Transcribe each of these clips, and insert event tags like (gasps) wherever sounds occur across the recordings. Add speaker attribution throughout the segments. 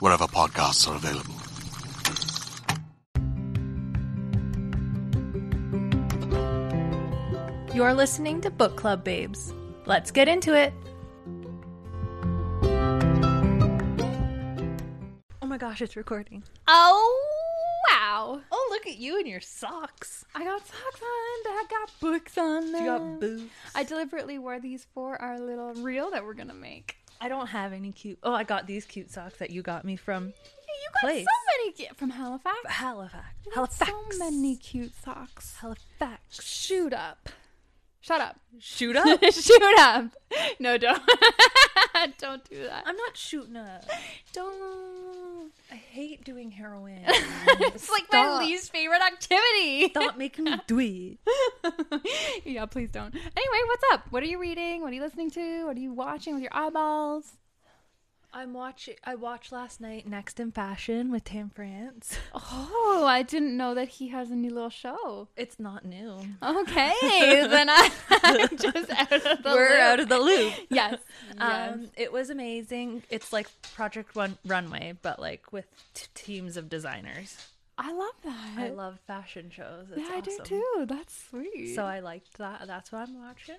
Speaker 1: wherever podcasts are available.
Speaker 2: You're listening to Book Club Babes. Let's get into it.
Speaker 3: Oh my gosh, it's recording.
Speaker 2: Oh, wow.
Speaker 3: Oh, look at you and your socks.
Speaker 4: I got socks on, I got books on
Speaker 3: You got boots.
Speaker 2: I deliberately wore these for our little reel that we're going to make.
Speaker 3: I don't have any cute. Oh, I got these cute socks that you got me from
Speaker 2: You got
Speaker 3: Place.
Speaker 2: so many gi- from Halifax.
Speaker 3: Halifax.
Speaker 2: You got So
Speaker 3: Halifax.
Speaker 2: many cute socks.
Speaker 3: Halifax.
Speaker 2: Shoot up. Shut up.
Speaker 3: Shoot up.
Speaker 2: (laughs) Shoot up. No, don't. (laughs) don't do that.
Speaker 3: (laughs) I'm not shooting up.
Speaker 2: Don't.
Speaker 3: I hate doing (laughs) heroin.
Speaker 2: it's like my
Speaker 3: Stop.
Speaker 2: least favorite activity. (laughs)
Speaker 3: (laughs) Stop making me do it.
Speaker 2: yeah, please don't. Anyway, what's up? What are you reading? What are you listening to? What are you watching with your eyeballs?
Speaker 3: I'm watching. I watched last night Next in Fashion with Tam France.
Speaker 2: Oh, I didn't know that he has a new little show.
Speaker 3: It's not new.
Speaker 2: Okay, (laughs) then I, I'm just out of the
Speaker 3: We're
Speaker 2: loop.
Speaker 3: out of the loop.
Speaker 2: yes.
Speaker 3: Um, it was amazing. It's like Project One Runway, but like with t- teams of designers.
Speaker 2: I love that.
Speaker 3: I love fashion shows. It's
Speaker 2: yeah, I do
Speaker 3: awesome.
Speaker 2: too. That's sweet.
Speaker 3: So I liked that. That's what I'm watching.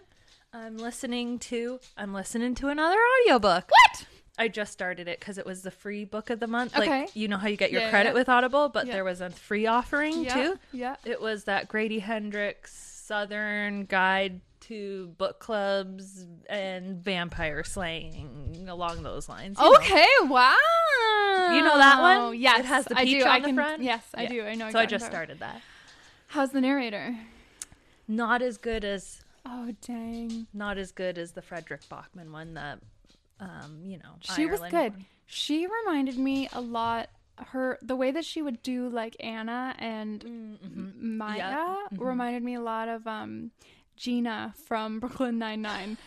Speaker 3: I'm listening to. I'm listening to another audiobook. What? I just started it because it was the free book of the month.
Speaker 2: Okay.
Speaker 3: Like you know how you get your
Speaker 2: Yeah,
Speaker 3: credit
Speaker 2: yeah.
Speaker 3: with Audible, but
Speaker 2: Yeah.
Speaker 3: there was a free offering
Speaker 2: yeah,
Speaker 3: too.
Speaker 2: Yeah.
Speaker 3: It was that Grady Hendrix Southern Guide to Book Clubs and Vampire Slaying along those lines. you know.
Speaker 2: Okay. Wow.
Speaker 3: You know that one?
Speaker 2: Yes,
Speaker 3: It has the
Speaker 2: I do.
Speaker 3: peach
Speaker 2: I
Speaker 3: on the
Speaker 2: can-
Speaker 3: front?
Speaker 2: Yes, I
Speaker 3: Yeah.
Speaker 2: do. I know.
Speaker 3: So I
Speaker 2: exactly that one.
Speaker 3: just started that.
Speaker 2: How's the narrator?
Speaker 3: Not as good as
Speaker 2: Oh dang.
Speaker 3: not as good as the Frederick Bachman one, the um, you know.
Speaker 5: she was
Speaker 3: Ireland
Speaker 5: good
Speaker 3: one.
Speaker 5: she reminded me a lot her the way that she would do like anna and
Speaker 3: Mm, mm-hmm.
Speaker 5: M- maya reminded me a lot of um gina from (laughs) brooklyn nine-nine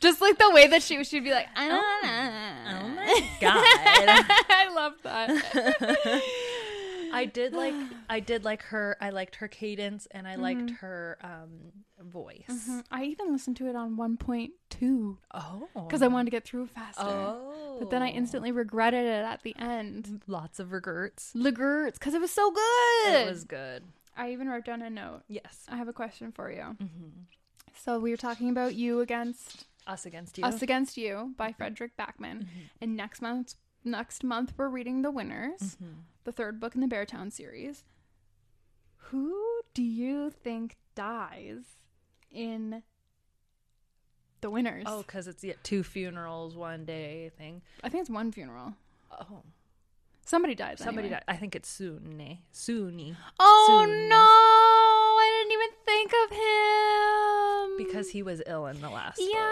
Speaker 5: just like the way that she she'd be like I
Speaker 3: Oh my (laughs) god.
Speaker 5: (laughs) i love
Speaker 3: (laughs)
Speaker 5: that
Speaker 3: I did like I did like her I liked her cadence and I
Speaker 5: Mm-hmm.
Speaker 3: liked her um voice.
Speaker 5: i even listened to it on 1.2
Speaker 3: Oh.
Speaker 5: because i wanted to get through faster
Speaker 3: Oh.
Speaker 5: but then i instantly regretted it at the end
Speaker 3: lots of regrets.
Speaker 5: Legertz, because it was so good.
Speaker 3: It was good.
Speaker 5: I even wrote down a note.
Speaker 3: Yes.
Speaker 5: I have a question for you.
Speaker 3: Mm-hmm.
Speaker 5: So we were talking about you against
Speaker 3: Us against you. Mm-hmm.
Speaker 5: us against you by Frederick Backman, and next month, next month we're reading the winners,
Speaker 3: Mm-hmm.
Speaker 5: the third book in the Beartown series. Who do you think dies in the winners?
Speaker 3: Oh, because it's yeah, two funerals one day thing.
Speaker 5: I think it's one funeral.
Speaker 3: Oh,
Speaker 5: Somebody dies.
Speaker 3: somebody
Speaker 5: anyway.
Speaker 3: died. I think it's Suni. Suni.
Speaker 5: Oh
Speaker 3: Soon.
Speaker 5: no!
Speaker 3: because he was ill in the last book.
Speaker 5: Yeah.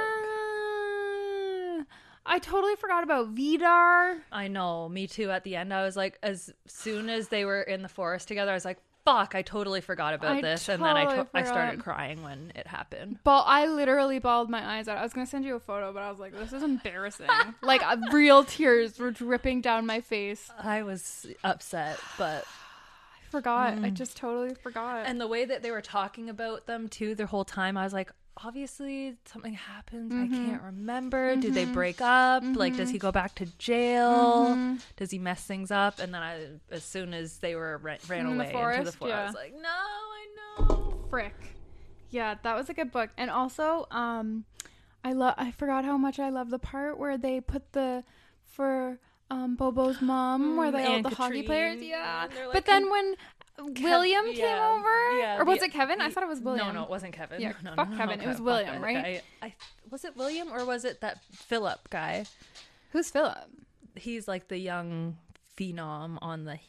Speaker 5: I totally forgot about Vidar.
Speaker 3: I know, me too. At the end, I was like, as soon as they were in the forest together, I was like, fuck, I totally forgot about
Speaker 5: I
Speaker 3: this. and then I,
Speaker 5: totally
Speaker 3: to- I started
Speaker 5: forgot.
Speaker 3: crying when it happened.
Speaker 5: But I literally bawled my eyes out. I was gonna send you a photo, but I was like, this is (laughs) embarrassing. like uh, real tears were dripping down my face.
Speaker 3: I was upset, but.
Speaker 5: I forgot. I just totally forgot.
Speaker 3: And the way that they were talking about them too, the whole time, I was like, obviously something happened.
Speaker 5: Mm-hmm.
Speaker 3: I can't remember. Did they break up? Like, does he go back to jail?
Speaker 5: Mm-hmm.
Speaker 3: Does he mess things up? And then I, as soon as they were ran, ran
Speaker 5: In the
Speaker 3: away into
Speaker 5: forest,
Speaker 3: the forest, I
Speaker 5: yeah.
Speaker 3: was like, no, I know.
Speaker 5: frick. Yeah, that was a good book. And also, um, I love. I forgot how much I love the part where they put the for um Bobo's mom, where they all
Speaker 3: Mm, and
Speaker 5: the hockey
Speaker 3: Katrine,
Speaker 5: players.
Speaker 3: and
Speaker 5: Yeah,
Speaker 3: they're
Speaker 5: but
Speaker 3: like,
Speaker 5: then when William came
Speaker 3: yeah,
Speaker 5: over,
Speaker 3: yeah,
Speaker 5: or was
Speaker 3: the-
Speaker 5: it Kevin? I
Speaker 3: the-
Speaker 5: thought it was William.
Speaker 3: No, no, it wasn't Kevin.
Speaker 5: Yeah,
Speaker 3: (laughs) no, no,
Speaker 5: fuck
Speaker 3: no, no,
Speaker 5: Kevin. It
Speaker 3: Kev-
Speaker 5: was
Speaker 3: fuck
Speaker 5: William,
Speaker 3: that
Speaker 5: right?
Speaker 3: guy. I, was it William or was it that Philip guy?
Speaker 5: Who's Philip?
Speaker 3: He's like the young phenom on the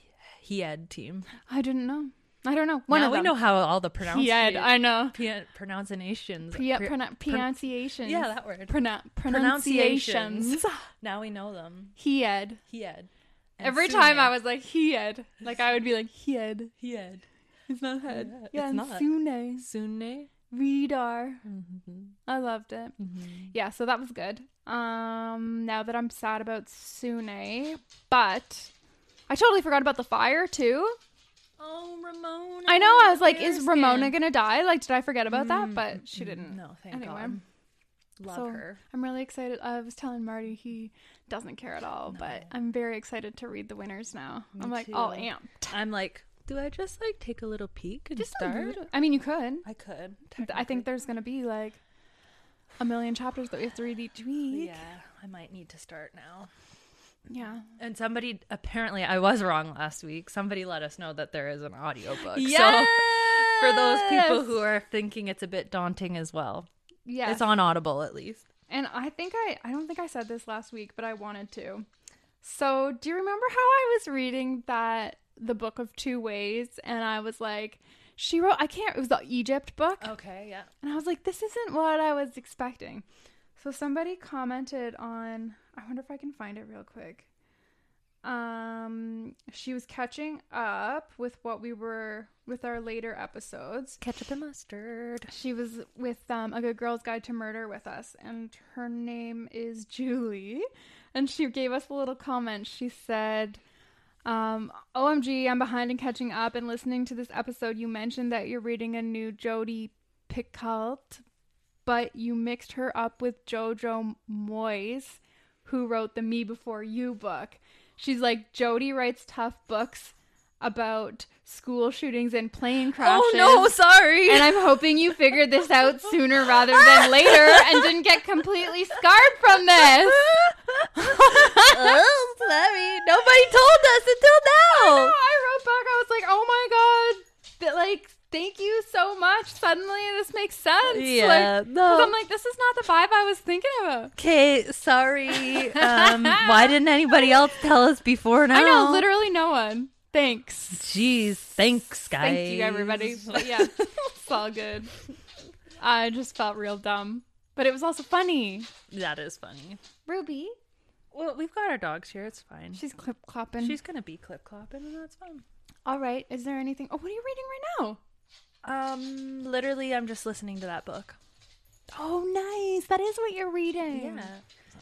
Speaker 3: Hied team.
Speaker 5: I didn't know. I don't know. One
Speaker 3: now
Speaker 5: of
Speaker 3: we
Speaker 5: them.
Speaker 3: know how all the pronounci-
Speaker 5: Pied, I know.
Speaker 3: P- pronunciations.
Speaker 5: Pre-
Speaker 3: pre-
Speaker 5: pronu- pronunciations.
Speaker 3: yeah, that word.
Speaker 5: Pronu- pronunciations. (laughs)
Speaker 3: now we know them.
Speaker 5: Hied.
Speaker 3: Hied. And
Speaker 5: Every time
Speaker 3: Sune.
Speaker 5: I was like Hied, like I would be like Hied.
Speaker 3: Hied.
Speaker 5: It's not head.
Speaker 3: Yeah,
Speaker 5: Yeah,
Speaker 3: it's
Speaker 5: and
Speaker 3: not.
Speaker 5: Sune.
Speaker 3: Sune.
Speaker 5: Vidar.
Speaker 3: Mm-hmm.
Speaker 5: I loved it. Yeah, so that was good. Um, now that I'm sad about Sune, but I totally forgot about the fire too.
Speaker 3: Oh, Ramona.
Speaker 5: I know. I was like, is
Speaker 3: Bearskin.
Speaker 5: Ramona gonna die? Like, did I forget about that? But she didn't.
Speaker 3: Mm, No, thank
Speaker 5: Anyway.
Speaker 3: God. Love
Speaker 5: So,
Speaker 3: her.
Speaker 5: I'm really excited. I was telling Marty he doesn't care at all, but I'm very excited to read the winners now. I'm like all
Speaker 3: too.
Speaker 5: amped.
Speaker 3: I'm like, do I just like take a little peek and
Speaker 5: Just a
Speaker 3: start?
Speaker 5: little- I mean, you could.
Speaker 3: I could.
Speaker 5: I think there's gonna be like a million chapters that we have to read each week.
Speaker 3: Oh, Yeah, I might need to start now.
Speaker 5: Yeah.
Speaker 3: And somebody apparently I was wrong last week. Somebody let us know that there is an audiobook. So for those people who are thinking it's a bit daunting as well.
Speaker 5: Yes.
Speaker 3: It's on Audible at least.
Speaker 5: And I think I I don't think I said this last week, but I wanted to. So, do you remember how I was reading that the book of two ways and I was like she wrote I can't it was the Egypt book
Speaker 3: Okay, yeah.
Speaker 5: and I was like this isn't what I was expecting. So somebody commented on I wonder if I can find it real quick. Um she was catching up with what we were with our later episodes
Speaker 3: Ketchup and mustard.
Speaker 5: she was with um, a good girl's guide to murder with us, and her name is Julie. And she gave us a little comment. She said, um, "OMG, I'm behind and catching up. And listening to this episode, you mentioned that you're reading a new Jodi Picoult, but you mixed her up with Jojo Moyes, who wrote the Me Before You book. She's like Jodi writes tough books." About school shootings and plane crashes.
Speaker 3: Oh no, sorry. (laughs)
Speaker 5: And I'm hoping you figured this out sooner rather than later and didn't get completely scarred from (laughs) this.
Speaker 3: oh, sorry. Nobody told us until now.
Speaker 5: I wrote back, I was like, oh my God. That, like, thank you so much. Suddenly this makes sense.
Speaker 3: Yeah,
Speaker 5: Like,
Speaker 3: no.
Speaker 5: 'cause I'm like, this is not the vibe I was thinking about.
Speaker 3: Okay, sorry. Um, why didn't anybody else tell us before now?
Speaker 5: I know, literally no one. Thanks.
Speaker 3: Jeez, thanks, guys.
Speaker 5: Thank you, everybody. (laughs) But yeah, it's all good. I just felt real dumb. But it was also funny.
Speaker 3: That is funny.
Speaker 5: Ruby,
Speaker 3: Well, we've got our dogs here. It's fine.
Speaker 5: she's clip clopping.
Speaker 3: She's gonna be clip clopping, and that's fun.
Speaker 5: all right. Is there anything? Oh, what are you reading right now?
Speaker 3: Um, literally, I'm just listening to that book.
Speaker 5: Oh, nice. That is what you're reading.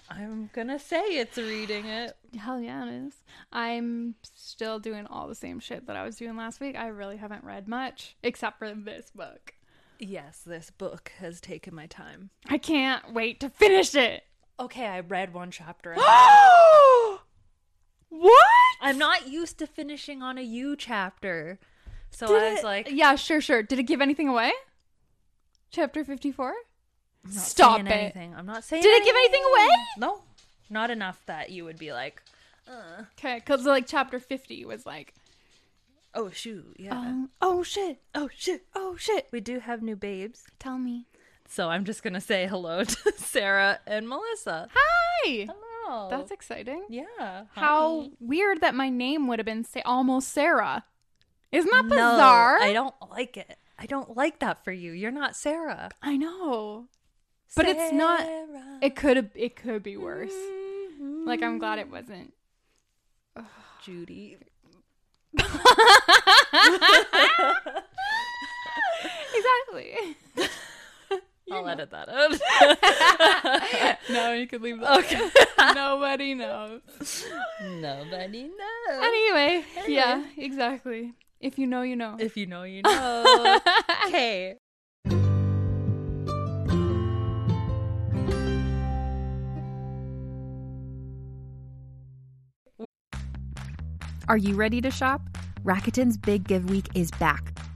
Speaker 3: I'm gonna say it's reading it.
Speaker 5: Hell yeah, it is. I'm still doing all the same shit that I was doing last week. I really haven't read much except for this book.
Speaker 3: Yes, this book has taken my time.
Speaker 5: I can't wait to finish it. (gasps)
Speaker 3: Okay, I read one (gasps) chapter.
Speaker 5: Oh! what?
Speaker 3: I'm not used to finishing on a U chapter, so I
Speaker 5: Did
Speaker 3: was
Speaker 5: it-
Speaker 3: like,
Speaker 5: yeah, sure, sure. Did it give anything away? Chapter 54?
Speaker 3: I'm not
Speaker 5: Stop
Speaker 3: saying
Speaker 5: it.
Speaker 3: Anything. I'm not saying.
Speaker 5: Did it give anything away?
Speaker 3: No, not enough that you would be like,
Speaker 5: Okay, because like chapter 50 was like,
Speaker 3: oh shoot, yeah,
Speaker 5: um, oh shit,
Speaker 3: oh shoot.
Speaker 5: oh shit,
Speaker 3: We do have new babes.
Speaker 5: tell me.
Speaker 3: So I'm just gonna say hello (laughs) to Sarah and Melissa.
Speaker 5: Hi!
Speaker 3: Hello.
Speaker 5: That's exciting.
Speaker 3: yeah.
Speaker 5: How
Speaker 3: Hi.
Speaker 5: weird that my name would have been say almost Sarah. Isn't that
Speaker 3: No,
Speaker 5: bizarre?
Speaker 3: I don't like it. I I don't like that for you. You're not Sarah.
Speaker 5: I know. But it's not-
Speaker 3: Sarah.
Speaker 5: It could it could be worse.
Speaker 3: Mm-hmm.
Speaker 5: Like I'm glad it wasn't.
Speaker 3: Judy. (laughs)
Speaker 5: Exactly.
Speaker 3: I'll edit that out. (laughs)
Speaker 5: no, you could leave that. Okay. Nobody knows.
Speaker 3: Nobody knows.
Speaker 5: Anyway, yeah, exactly. If you know, you know.
Speaker 3: If you know, you know. okay.
Speaker 4: Are you ready to shop? Rakuten's Big Give Week is back.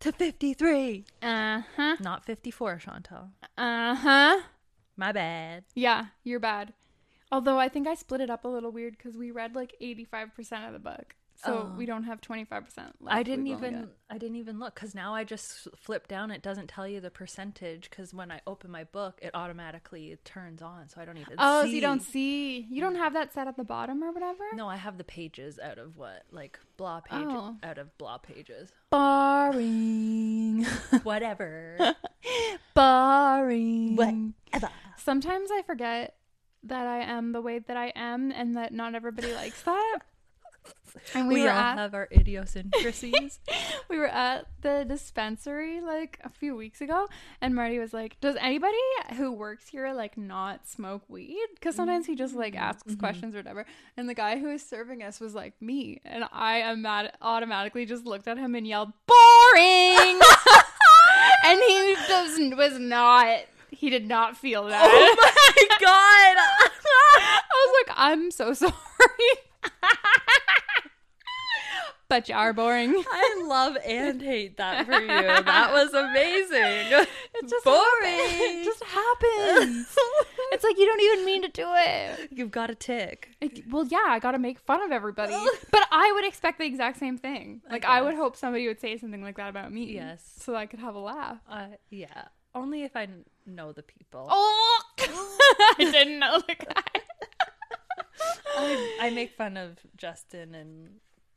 Speaker 3: to 53.
Speaker 5: Uh huh.
Speaker 3: Not 54, Chantal.
Speaker 5: Uh huh.
Speaker 3: My bad.
Speaker 5: Yeah, you're bad. Although I think I split it up a little weird because we read like 85% of the book. So
Speaker 3: Oh.
Speaker 5: we don't have 25%. Left.
Speaker 3: I didn't
Speaker 5: We've only
Speaker 3: even
Speaker 5: got-
Speaker 3: I didn't even look because now I just flip down. It doesn't tell you the percentage because when I open my book, it automatically turns on, so I don't even.
Speaker 5: Oh,
Speaker 3: see.
Speaker 5: so you don't see. You don't have that set at the bottom or whatever?
Speaker 3: No, I have the pages out of what like blah page
Speaker 5: Oh.
Speaker 3: out of blah pages.
Speaker 5: Boring.
Speaker 3: (laughs) Whatever. (laughs)
Speaker 5: Boring.
Speaker 3: Whatever.
Speaker 5: Sometimes I forget that I am the way that I am and that not everybody
Speaker 3: (laughs)
Speaker 5: likes that. And we,
Speaker 3: We,
Speaker 5: were
Speaker 3: all
Speaker 5: at,
Speaker 3: have our idiosyncrasies.
Speaker 5: we were at the dispensary like a few weeks ago and marty was like does anybody who works here like not smoke weed because sometimes he just like asks questions or whatever and the guy who is serving us was like me and i am mad- automatically just looked at him and yelled boring and he just was not he did not feel that
Speaker 3: (laughs) God.
Speaker 5: (laughs)
Speaker 3: (laughs)
Speaker 5: i was like i'm so (laughs) sorry but you are boring
Speaker 3: I love (laughs) and hate that for you. That was amazing. It's just boring.
Speaker 5: It just happens. (laughs) it's like you don't even mean to do it.
Speaker 3: You've got a tick.
Speaker 5: Like, well, yeah, I gotta make fun of (laughs) everybody, but I would expect the exact same thing. Like, I, would hope somebody would say something like that about me.
Speaker 3: Yes.
Speaker 5: so I could have a laugh.
Speaker 3: Uh, yeah. Only if I kn- know the people.
Speaker 5: (laughs) Oh, (laughs) I didn't know the guy.
Speaker 3: I, (laughs) I make fun of Justin and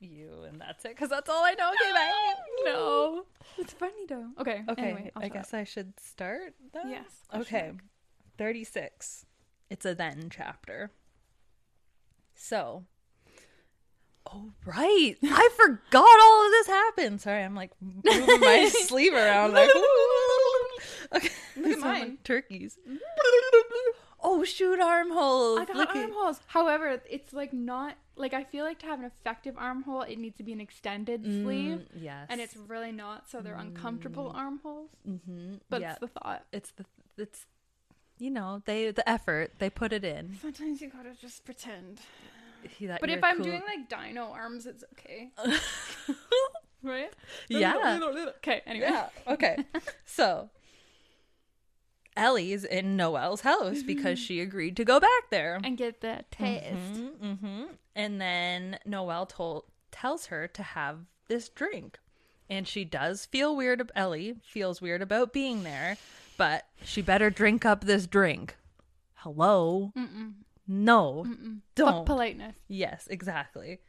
Speaker 3: you, and that's it, because that's all I know. Okay, bye.
Speaker 5: (laughs) No, it's funny though. Okay,
Speaker 3: Okay,
Speaker 5: anyway, I'll
Speaker 3: I
Speaker 5: shut
Speaker 3: guess I should start. Then?
Speaker 5: Yes, question
Speaker 3: Okay. 36. It's a then chapter. So. Oh, right.
Speaker 5: (laughs)
Speaker 3: I forgot all of this happened. Sorry, I'm like moving
Speaker 5: (laughs)
Speaker 3: my sleeve around. Like, (laughs) okay. (laughs) Look
Speaker 5: at mine. (laughs)
Speaker 3: Turkeys. oh, shoot, armholes.
Speaker 5: I got
Speaker 3: Look at-
Speaker 5: armholes. However, it's like not like I feel like to have an effective armhole, it needs to be an extended sleeve,
Speaker 3: Yes.
Speaker 5: and it's really not. So they're
Speaker 3: Mm.
Speaker 5: uncomfortable armholes. Mm-hmm. But
Speaker 3: yeah.
Speaker 5: it's the thought.
Speaker 3: it's the it's you know they the effort they put it in
Speaker 5: Sometimes you gotta just pretend.
Speaker 3: He- that
Speaker 5: But
Speaker 3: you're
Speaker 5: if I'm
Speaker 3: cool- Uh,
Speaker 5: doing like dino arms, it's okay, (laughs)
Speaker 3: (laughs)
Speaker 5: right? (laughs)
Speaker 3: yeah
Speaker 5: Okay. Anyway.
Speaker 3: yeah okay so Ellie's in Noelle's house because she agreed to go back there
Speaker 5: And get the taste.
Speaker 3: mm-hmm. and then Noelle told tells her to have this drink and she does feel weird ab- Ellie feels weird about being there but she better drink up this drink hello no
Speaker 5: Fuck
Speaker 3: don't
Speaker 5: politeness.
Speaker 3: Yes, exactly.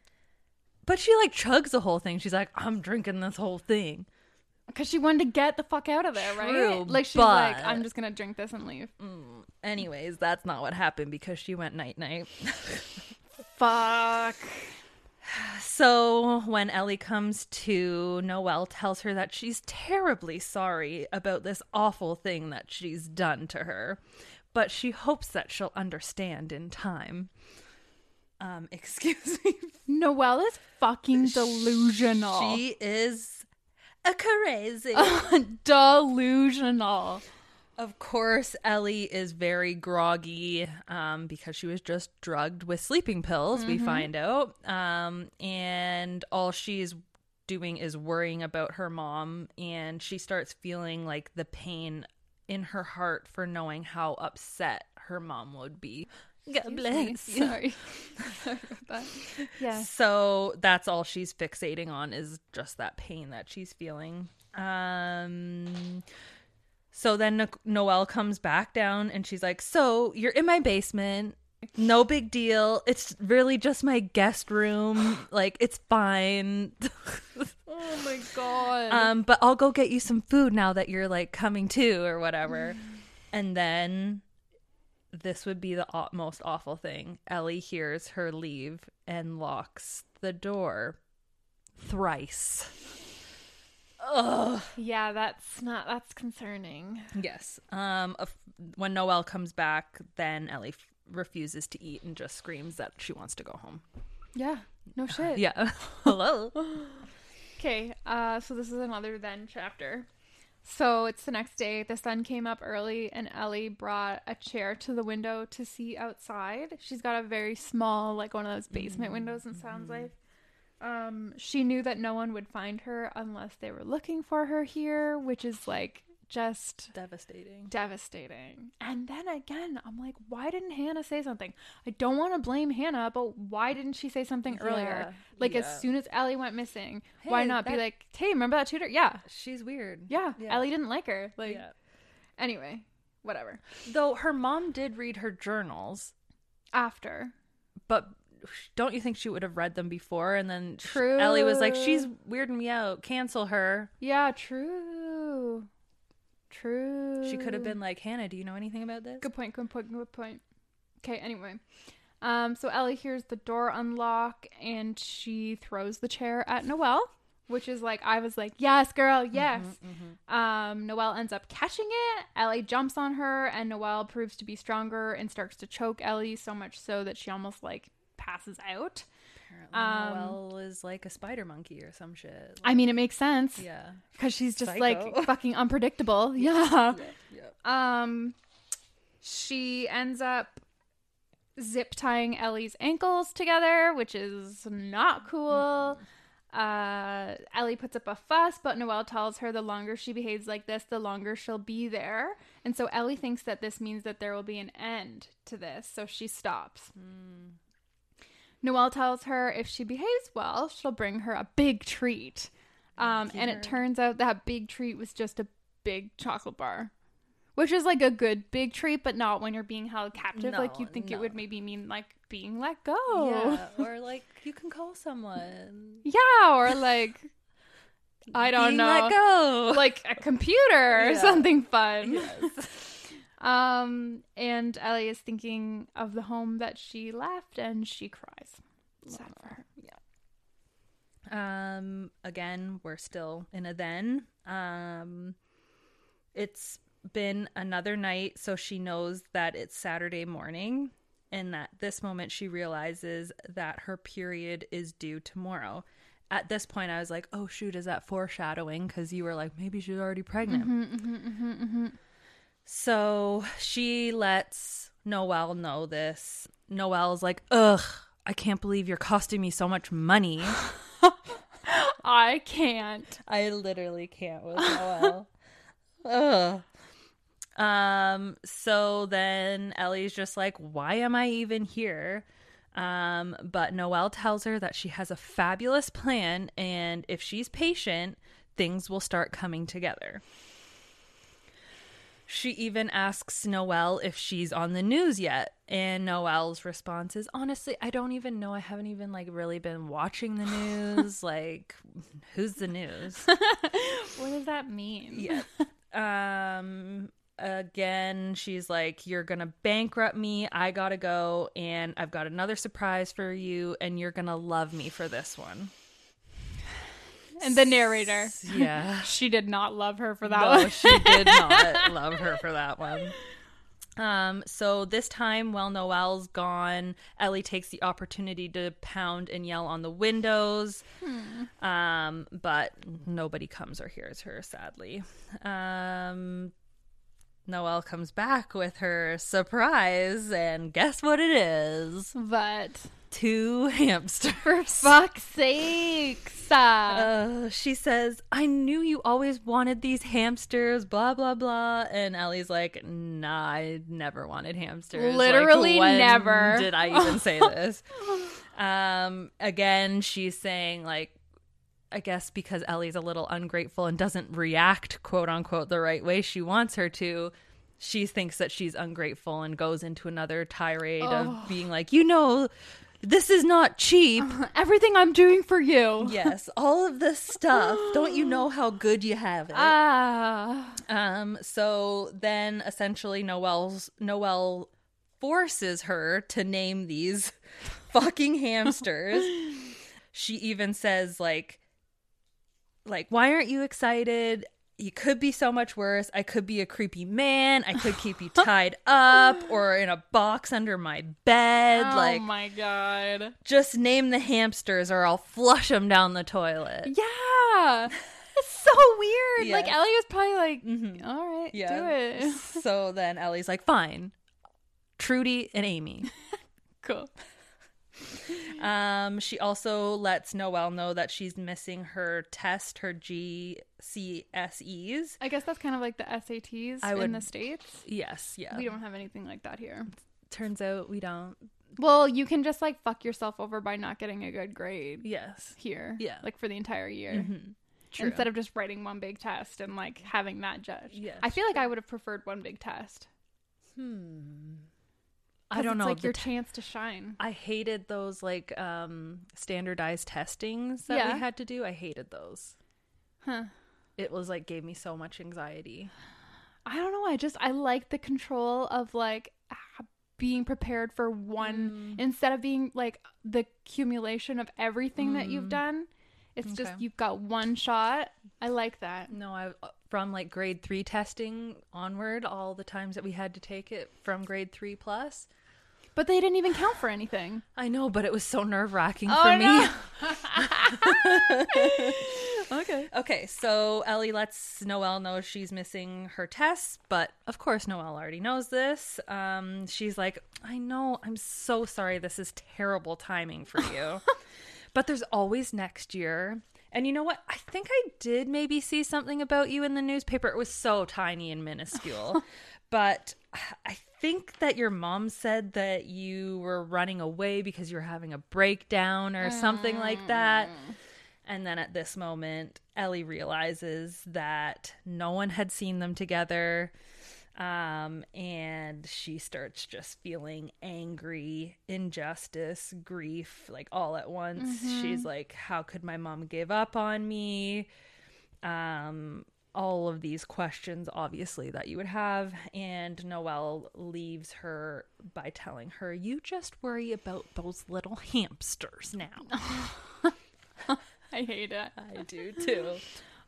Speaker 3: But she like chugs the whole thing. She's like, I'm drinking this whole thing.
Speaker 5: Because she wanted to get the fuck out of there,
Speaker 3: True,
Speaker 5: right? Like she's like,
Speaker 3: but- Mm.
Speaker 5: I'm just gonna drink this and leave.
Speaker 3: Anyways, that's not what happened because she went night night.
Speaker 5: Fuck.
Speaker 3: (laughs) So when Ellie comes to, Noelle tells her that she's terribly sorry about this awful thing that she's done to her, but she hopes that she'll understand in time. Um, (laughs) excuse me.
Speaker 5: Noelle is fucking
Speaker 3: (laughs)
Speaker 5: delusional. (laughs)
Speaker 3: She is a (laughs) crazy.
Speaker 5: delusional.
Speaker 3: Of course, Ellie is very groggy um, because she was just drugged with sleeping pills, we find out. Um, and all she's doing is worrying about her mom. And she starts feeling like the pain in her heart for knowing how upset her mom would be. God bless.
Speaker 5: (laughs) Sorry. Sorry about that. Yes.
Speaker 3: So that's all she's fixating on is just that pain that she's feeling. Um so then no- Noelle comes back down and she's like, "So, you're in my basement. No big deal. It's really just my guest room. Like it's fine." (laughs)
Speaker 5: Oh my god.
Speaker 3: um, but I'll go get you some food now that you're like coming to or (sighs) whatever. And then this would be the aw- most awful thing. Ellie hears her leave and locks the door thrice.
Speaker 5: yeah, that's not that's concerning.
Speaker 3: Yes. Um, a f- when Noelle comes back, then Ellie f- refuses to eat and just screams that she wants to go home.
Speaker 5: Yeah. No shit.
Speaker 3: Yeah. (laughs) Hello.
Speaker 5: Okay, uh, so this is another then chapter. So it's the next day. The sun came up early, and Ellie brought a chair to the window to see outside. She's got a very small, like one of those basement windows, and sounds like. Um, she knew that no one would find her unless they were looking for her here, which is like just
Speaker 3: Devastating.
Speaker 5: devastating. And then again, I'm like, why didn't Hannah say something? I don't want to blame Hannah, but why didn't she say something earlier?
Speaker 3: Yeah,
Speaker 5: Like
Speaker 3: yeah.
Speaker 5: as soon as Ellie went missing, why
Speaker 3: Hey,
Speaker 5: not be
Speaker 3: that-
Speaker 5: like, hey, remember that tutor? Yeah,
Speaker 3: She's weird.
Speaker 5: yeah.
Speaker 3: Yeah.
Speaker 5: Ellie didn't like her. Like
Speaker 3: Yeah.
Speaker 5: anyway, whatever.
Speaker 3: Though her mom did read her journals.
Speaker 5: After
Speaker 3: but don't you think she would have read them before? And then sh-
Speaker 5: True.
Speaker 3: Ellie was like, "She's weirding me out. Cancel her."
Speaker 5: yeah, true, true.
Speaker 3: She could have been like, "Hannah, do you know anything about this?"
Speaker 5: Good point. Good point. Good point. Okay. Anyway, um, so Ellie hears the door unlock and she throws the chair at Noelle, which is like I was like, yes, girl, yes. Um, Noelle ends up catching it. Ellie jumps on her, and Noelle proves to be stronger and starts to choke Ellie so much so that she almost like passes out.
Speaker 3: Apparently, Noelle is like a spider monkey or some shit.
Speaker 5: um, I mean, it makes sense.
Speaker 3: yeah,
Speaker 5: because she's just
Speaker 3: Psycho.
Speaker 5: (laughs) like fucking unpredictable. Yeah. Um, she ends up zip tying Ellie's ankles together, which is not cool. Uh, Ellie puts up a fuss, but Noelle tells her the longer she behaves like this, the longer she'll be there. And so Ellie thinks that this means that there will be an end to this, so she stops. Noelle tells her if she behaves well, she'll bring her a big treat.
Speaker 3: Oh,
Speaker 5: Um, and it turns out that big treat was just a big chocolate bar, which is like a good big treat, but not when you're being held captive. like
Speaker 3: No,
Speaker 5: you'd think
Speaker 3: no.
Speaker 5: it would maybe mean like being let go.
Speaker 3: yeah, Uh, or like you can call someone.
Speaker 5: (laughs) Yeah, or like I don't
Speaker 3: Being
Speaker 5: know,
Speaker 3: Let go.
Speaker 5: like a computer or
Speaker 3: Yeah.
Speaker 5: something fun. (laughs) Um, and Ellie is thinking of the home that she left, and she cries. Sad for her.
Speaker 3: Um, again, we're still in a then. Um, it's been another night, so she knows that it's Saturday morning, and that this moment she realizes that her period is due tomorrow. At this point, I was like, "Oh shoot, is that foreshadowing?" Because you were like, "Maybe she's already pregnant." So she lets Noelle know this. Noelle's like, "Ugh, I can't believe you're costing me so much money."
Speaker 5: I can't.
Speaker 3: I literally can't (laughs) with Noel. Ugh. Um, so then Ellie's just like, why am I even here? Um, but Noelle tells her that she has a fabulous plan, and if she's patient, things will start coming together. She even asks Noelle if she's on the news yet, and Noelle's response is, "Honestly, I don't even know. I haven't even like really been watching the (laughs) news. like, who's the news?"
Speaker 5: What does that mean?
Speaker 3: Um, again, she's like, You're going to bankrupt me. I got to go. And I've got another surprise for you. And you're going to love me for this one.
Speaker 5: (laughs) And the narrator.
Speaker 3: Yeah.
Speaker 5: She did not love her for that
Speaker 3: no,
Speaker 5: one. (laughs)
Speaker 3: she did not love her for that one. Um, so this time, while Noelle's gone, Ellie takes the opportunity to pound and yell on the windows.
Speaker 5: Hmm.
Speaker 3: Um, but nobody comes or hears her, sadly. Um, Noelle comes back with her surprise, and guess what it is?
Speaker 5: But
Speaker 3: Two hamsters. (laughs)
Speaker 5: fuck's sakes. Uh,
Speaker 3: Uh, she says, I knew you always wanted these hamsters, blah, blah, blah. And Ellie's like, nah, I never wanted hamsters. Like,
Speaker 5: Literally
Speaker 3: when
Speaker 5: never.
Speaker 3: Did I even
Speaker 5: (laughs)
Speaker 3: say this? Um, again, she's saying, like, I guess because Ellie's a little ungrateful and doesn't react, quote unquote, the right way she wants her to, she thinks that she's ungrateful and goes into another tirade of being like, you know, this is not cheap.
Speaker 5: everything I'm doing for you.
Speaker 3: Yes, all of this stuff. Don't you know how good you have it?
Speaker 5: Ah.
Speaker 3: um, so then essentially Noel's Noel forces her to name these (laughs) fucking hamsters. she even says like like why aren't you excited? You could be so much worse. I could be a creepy man. I could
Speaker 5: (laughs)
Speaker 3: keep you tied up or in a box under my bed.
Speaker 5: oh
Speaker 3: like,
Speaker 5: my god.
Speaker 3: just name the hamsters or I'll flush them down the toilet.
Speaker 5: Yeah. (laughs) It's so weird. Like
Speaker 3: Yeah. Mm-hmm.
Speaker 5: Ellie was probably like, "All right, do
Speaker 3: (laughs)
Speaker 5: it.
Speaker 3: so then Ellie's like, fine. Trudy and (laughs) Amy.
Speaker 5: Cool.
Speaker 3: Um, she also lets Noelle know that she's missing her test, her GCSEs.
Speaker 5: I guess that's kind of like the SATs
Speaker 3: I
Speaker 5: in
Speaker 3: would-
Speaker 5: the states.
Speaker 3: Yes, yeah.
Speaker 5: We don't have anything like that here.
Speaker 3: Turns out we don't.
Speaker 5: Well, you can just like fuck yourself over by not getting a good grade
Speaker 3: Yes.
Speaker 5: here.
Speaker 3: Yeah.
Speaker 5: Like for the entire year.
Speaker 3: True.
Speaker 5: Instead of just writing one big test and like having that judged.
Speaker 3: Yes,
Speaker 5: I feel like I would have preferred one big test.
Speaker 3: I
Speaker 5: 'Cause
Speaker 3: don't
Speaker 5: it's,
Speaker 3: know.
Speaker 5: like
Speaker 3: the
Speaker 5: your
Speaker 3: te-
Speaker 5: chance to shine.
Speaker 3: I hated those like um standardized testings that
Speaker 5: Yeah.
Speaker 3: we had to do. I hated those.
Speaker 5: Huh.
Speaker 3: It was like gave me so much anxiety.
Speaker 5: I don't know. I just I like the control of like ah, being prepared for one instead of being like the accumulation of everything that you've done. It's just
Speaker 3: Okay.
Speaker 5: you've got one shot. I like that.
Speaker 3: No, I uh, from like grade three testing onward, all the times that we had to take it from grade three plus.
Speaker 5: But they didn't even count for anything.
Speaker 3: I know, but it was so nerve wracking
Speaker 5: Oh,
Speaker 3: for me.
Speaker 5: Okay.
Speaker 3: (laughs) okay, so Ellie lets Noelle know she's missing her tests, but of course Noelle already knows this. Um, she's like, I know, I'm so sorry. This is terrible timing for (laughs) you. but there's always next year. And you know what? I think I did maybe see something about you in the newspaper. It was so tiny and minuscule. but I think that your mom said that you were running away because you were having a breakdown or something like that. And then at this moment, Ellie realizes that no one had seen them together. Um, and she starts just feeling angry, injustice, grief, like all at once. She's like, How could my mom give up on me? Um, all of these questions, obviously, that you would have. And Noelle leaves her by telling her, You just worry about those little hamsters now.
Speaker 5: (laughs) I hate it.
Speaker 3: (laughs) I do too.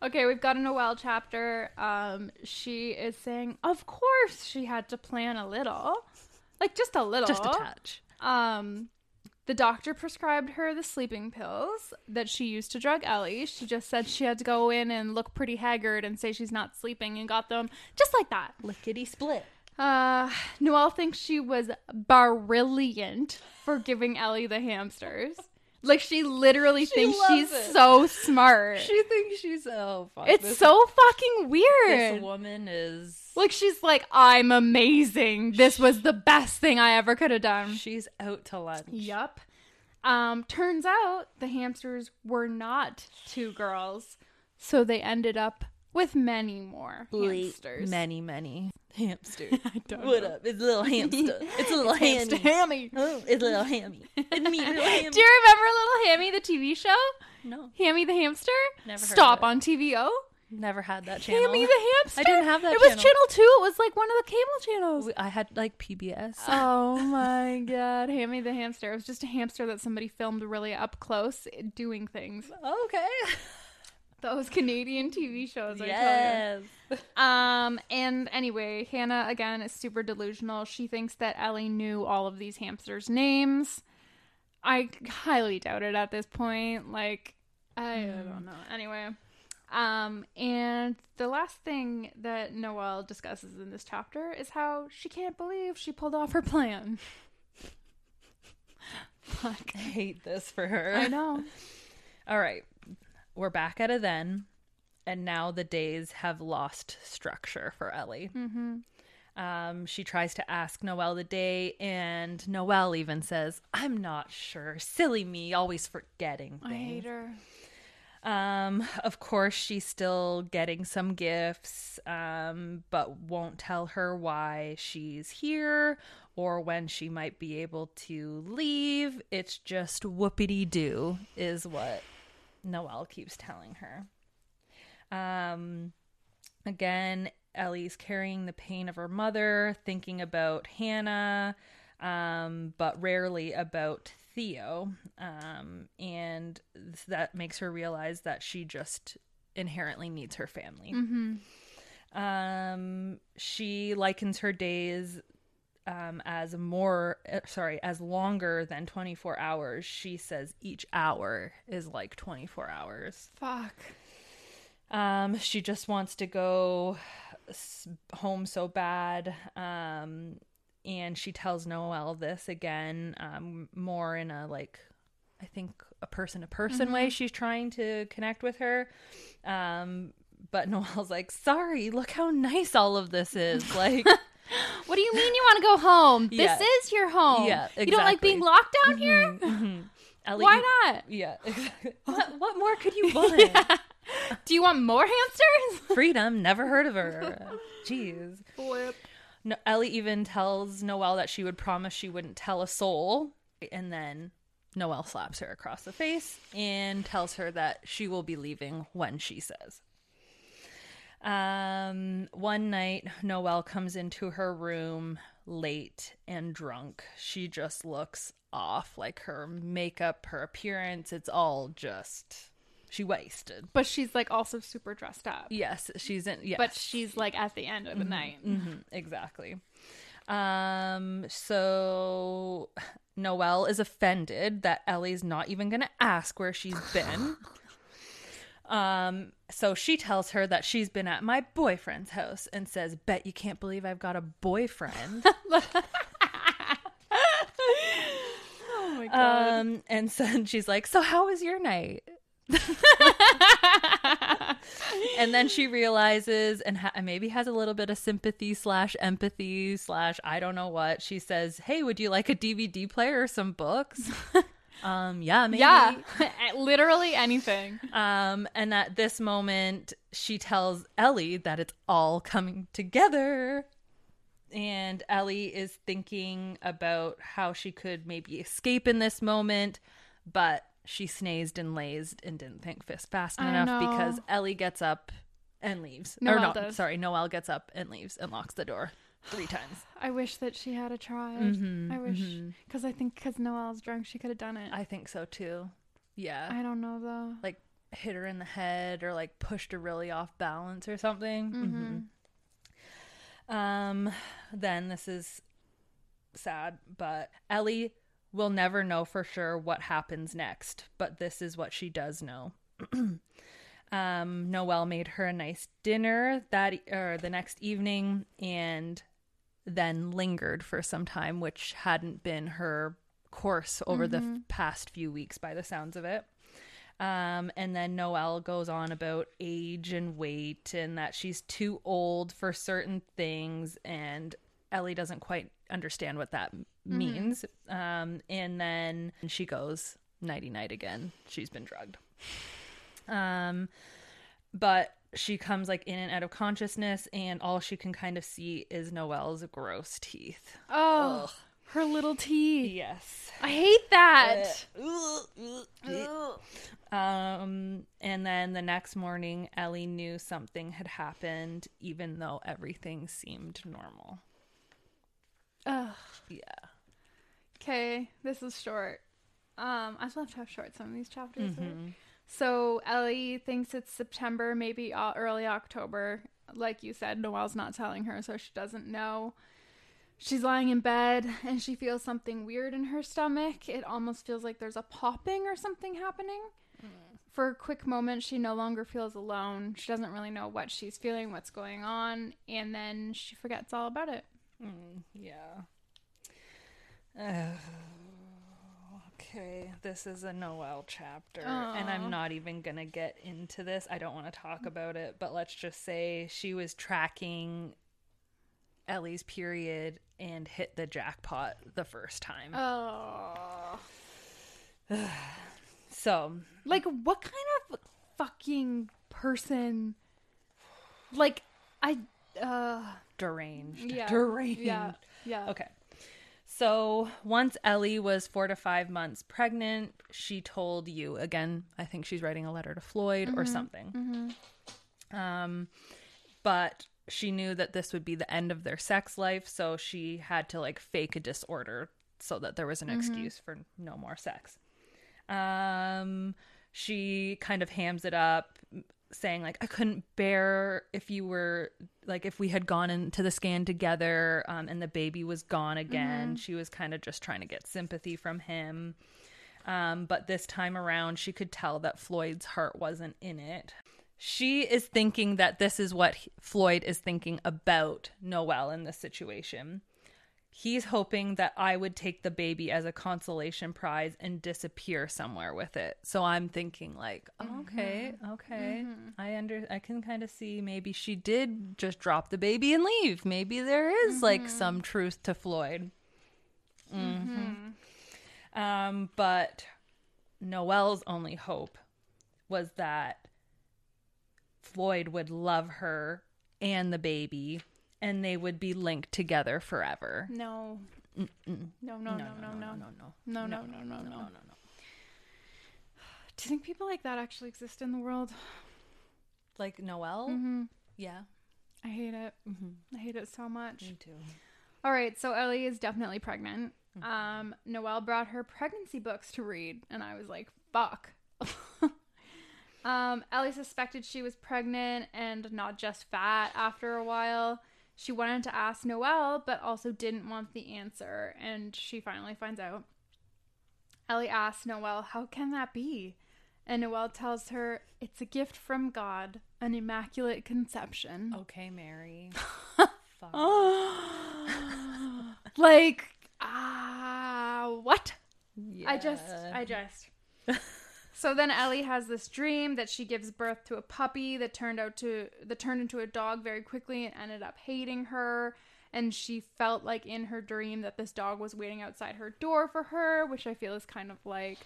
Speaker 5: Okay, we've got a Noel chapter. Um, she is saying, of course she had to plan a little, like just a
Speaker 3: (laughs)
Speaker 5: little,
Speaker 3: Just a touch.
Speaker 5: Um, the doctor prescribed her the sleeping pills that she used to drug Ellie. She just said she had to go in and look pretty haggard and say she's not sleeping and got them just like that.
Speaker 3: Lickety split.
Speaker 5: Uh, Noelle thinks she was brilliant for giving Ellie the hamsters. Like she literally thinks
Speaker 3: loves
Speaker 5: she's
Speaker 3: it.
Speaker 5: so smart.
Speaker 3: She thinks she's oh fuck.
Speaker 5: it's
Speaker 3: this,
Speaker 5: so fucking
Speaker 3: this
Speaker 5: weird.
Speaker 3: woman is
Speaker 5: Like she's like, I'm amazing. This was the best thing I ever could have done.
Speaker 3: she's out to lunch.
Speaker 5: Yup. Um, turns out the hamsters were not two girls, so they ended up with many more hamsters.
Speaker 3: Many, many hamster.
Speaker 5: don't
Speaker 3: what up? It's a little hamster. It's a little hamster.
Speaker 5: Hammy.
Speaker 3: Oh, it's a little hammy. It's me, little hammy.
Speaker 5: Do you remember Little Hammy, the TV show?
Speaker 3: No.
Speaker 5: Hammy the hamster?
Speaker 3: Never heard
Speaker 5: Stop
Speaker 3: of it.
Speaker 5: on oh. TVO?
Speaker 3: Never had that channel.
Speaker 2: Hammy the hamster.
Speaker 3: I didn't have that
Speaker 2: It was
Speaker 3: channel.
Speaker 2: channel two. It was like one of the cable channels.
Speaker 3: We- I had like PBS.
Speaker 5: (laughs) Oh my god, Hammy the hamster. It was just a hamster that somebody filmed really up close doing things.
Speaker 3: okay.
Speaker 5: Those Canadian TV shows, I tell you.
Speaker 3: Yes.
Speaker 5: Um, and anyway, Hannah again is super delusional. She thinks that Ellie knew all of these hamsters' names. I highly doubt it at this point. Like, I
Speaker 3: Mm.
Speaker 5: don't know. Anyway, um, and the last thing that Noelle discusses in this chapter is how she can't believe she pulled off her
Speaker 3: (laughs)
Speaker 5: plan. Fuck.
Speaker 3: I hate this for her.
Speaker 5: I know.
Speaker 3: All right. We're back at a then. And now the days have lost structure for Ellie. Mm-hmm. Um, she tries to ask Noelle the day, and Noelle even says, I'm not sure. Silly me, always forgetting
Speaker 5: I hate
Speaker 3: things.
Speaker 5: her.
Speaker 3: Um, of course, she's still getting some gifts, um, but won't tell her why she's here or when she might be able to leave. It's just whoopity doo, is what Noelle keeps telling her. Um, again, Ellie's carrying the pain of her mother, thinking about Hannah, um, but rarely about Theo. Um, and th- that makes her realize that she just inherently needs her family. Um, she likens her days um, as more, uh, sorry, as longer than 24 hours. She says each hour is like 24 hours.
Speaker 5: Fuck.
Speaker 3: Um, she just wants to go s- home so bad. Um, and she tells Noelle this again, um, more in a like, I think a person to person
Speaker 2: Mm-hmm.
Speaker 3: way. She's trying to connect with her. Um, but Noelle's like, sorry, look how nice all of this is.
Speaker 2: (laughs)
Speaker 3: Like,
Speaker 2: What do you mean you want to go home?
Speaker 3: (laughs) Yeah.
Speaker 2: This is your home.
Speaker 3: Yeah,
Speaker 2: You don't like
Speaker 3: exactly. Mm-hmm.
Speaker 2: being locked down here?
Speaker 3: Ellie,
Speaker 2: Why not? (laughs)
Speaker 3: Yeah, (laughs) exactly. what, what more could you want?
Speaker 2: Do you want more hamsters?
Speaker 3: Freedom, never heard of her. Jeez. No, Ellie even tells Noelle that she would promise she wouldn't tell a soul. And then Noelle slaps her across the face and tells her that she will be leaving when she says. Um, one night, Noelle comes into her room late and drunk. She just looks off like her makeup, her appearance, it's all just. She wasted.
Speaker 5: (laughs) But she's like also super dressed up.
Speaker 3: Yes, she's in. Yes.
Speaker 5: But she's like at the end of the night.
Speaker 3: Mhm, exactly. Um, so Noelle is offended that Ellie's not even going to ask where she's been. um, so she tells her that she's been at my boyfriend's house and says, "Bet you can't believe I've got a boyfriend."
Speaker 5: Oh my god.
Speaker 3: um, and so she's like, "So how was your
Speaker 5: (laughs)
Speaker 3: night?" and then she realizes and ha- maybe has a little bit of sympathy slash empathy slash i don't know what she says hey would you like a dvd player or some
Speaker 5: (laughs)
Speaker 3: books um yeah maybe
Speaker 5: Yeah, (laughs) literally anything.
Speaker 3: um and at this moment she tells ellie that it's all coming together and ellie is thinking about how she could maybe escape in this moment but she snazed and lazed and didn't think fast fast
Speaker 5: I
Speaker 3: enough
Speaker 5: know.
Speaker 3: because ellie gets up and leaves or
Speaker 5: Noelle
Speaker 3: not
Speaker 5: does.
Speaker 3: sorry noelle gets up and leaves and locks the door three times
Speaker 5: I wish that she had a tried. I wish, because I think because Noelle's drunk, she could have done it. Mm-hmm. I,
Speaker 3: i think so too yeah
Speaker 5: don't know though.
Speaker 3: like hit her in the head or like pushed her really off balance or something. Mhm. Um, then this is sad, but Ellie will never know for sure what happens next, but this is what she does know. (clears throat) um, Noelle made her a nice dinner that e-, or the next evening and then lingered for some time, which hadn't been her course over the f- past few weeks by the sounds of it. Um, and then Noelle goes on about age and weight and that she's too old for certain things. And Ellie doesn't quite understand what that m- means. Um, and then she goes nighty night again. She's been drugged. Um, but she comes like in and out of consciousness, and all she can kind of see is Noelle's gross teeth.
Speaker 5: Oh, her little teeth.
Speaker 3: Yes.
Speaker 5: I hate that.
Speaker 3: Um, and then the next morning, Ellie knew something had happened, even though everything seemed normal.
Speaker 5: Ugh.
Speaker 3: Yeah.
Speaker 5: Okay, this is short. Um, I just love to have short some of these chapters. right? So Ellie thinks it's September, maybe uh, early October. Like you said, Noelle's not telling her, so she doesn't know. She's lying in bed and she feels something weird in her stomach. It almost feels like there's a popping or something happening. For a quick moment, she no longer feels alone. She doesn't really know what she's feeling, what's going on, and then she forgets all about it.
Speaker 3: Yeah. Ugh. okay, this is a Noel chapter, and I'm not even gonna get into this. I don't want to talk about it, but let's just say she was tracking Ellie's period and hit the jackpot the first time.
Speaker 5: Uh, Oh.
Speaker 3: so
Speaker 5: Like, what kind of fucking person? Like, I. Uh,
Speaker 3: deranged, (laughs)
Speaker 5: yeah.
Speaker 3: deranged.
Speaker 5: Yeah. Yeah.
Speaker 3: Okay. So once Ellie was four to five months pregnant, she told you again. I think she's writing a letter to Floyd or something. Um, but she knew that this would be the end of their sex life, so she had to like fake a disorder so that there was an excuse for no more sex. Um, she kind of hams it up, m- saying like, "I couldn't bear if you were like if we had gone into the scan together, um, and the baby was gone again." She was kind of just trying to get sympathy from him. Um, but this time around, she could tell that Floyd's heart wasn't in it. She is thinking that this is what he- Floyd is thinking about Noel in this situation. He's hoping that I would take the baby as a consolation prize and disappear somewhere with it. So I'm thinking like, okay, okay. I under I can kind of see maybe she did just drop the baby and leave. Maybe there is, like some truth to Floyd. hmm Um but Noelle's only hope was that Floyd would love her and the baby and they would be linked together forever.
Speaker 5: No. No no no no no no no no no no no no. Do you think people like that actually exist in the world?
Speaker 3: Like Noelle? Yeah.
Speaker 5: I hate it. I hate it so much.
Speaker 3: too.
Speaker 5: All right, so Ellie is definitely pregnant. Um, Noelle brought her pregnancy books to read, and I was like, fuck. (laughs) um, Ellie suspected she was pregnant and not just fat after a while. She wanted to ask Noelle, but also didn't want the answer, and she finally finds out. Ellie asks Noelle, How can that be? And Noelle tells her, It's a gift from God, an immaculate conception.
Speaker 3: Okay, (laughs) Mary. (gasps) Fuck.
Speaker 5: like ah what i just
Speaker 3: Yeah.
Speaker 5: i just so then ellie has this dream that she gives birth to a puppy that turned out to that turned into a dog very quickly and ended up hating her and she felt like in her dream that this dog was waiting outside her door for her which i feel is kind of like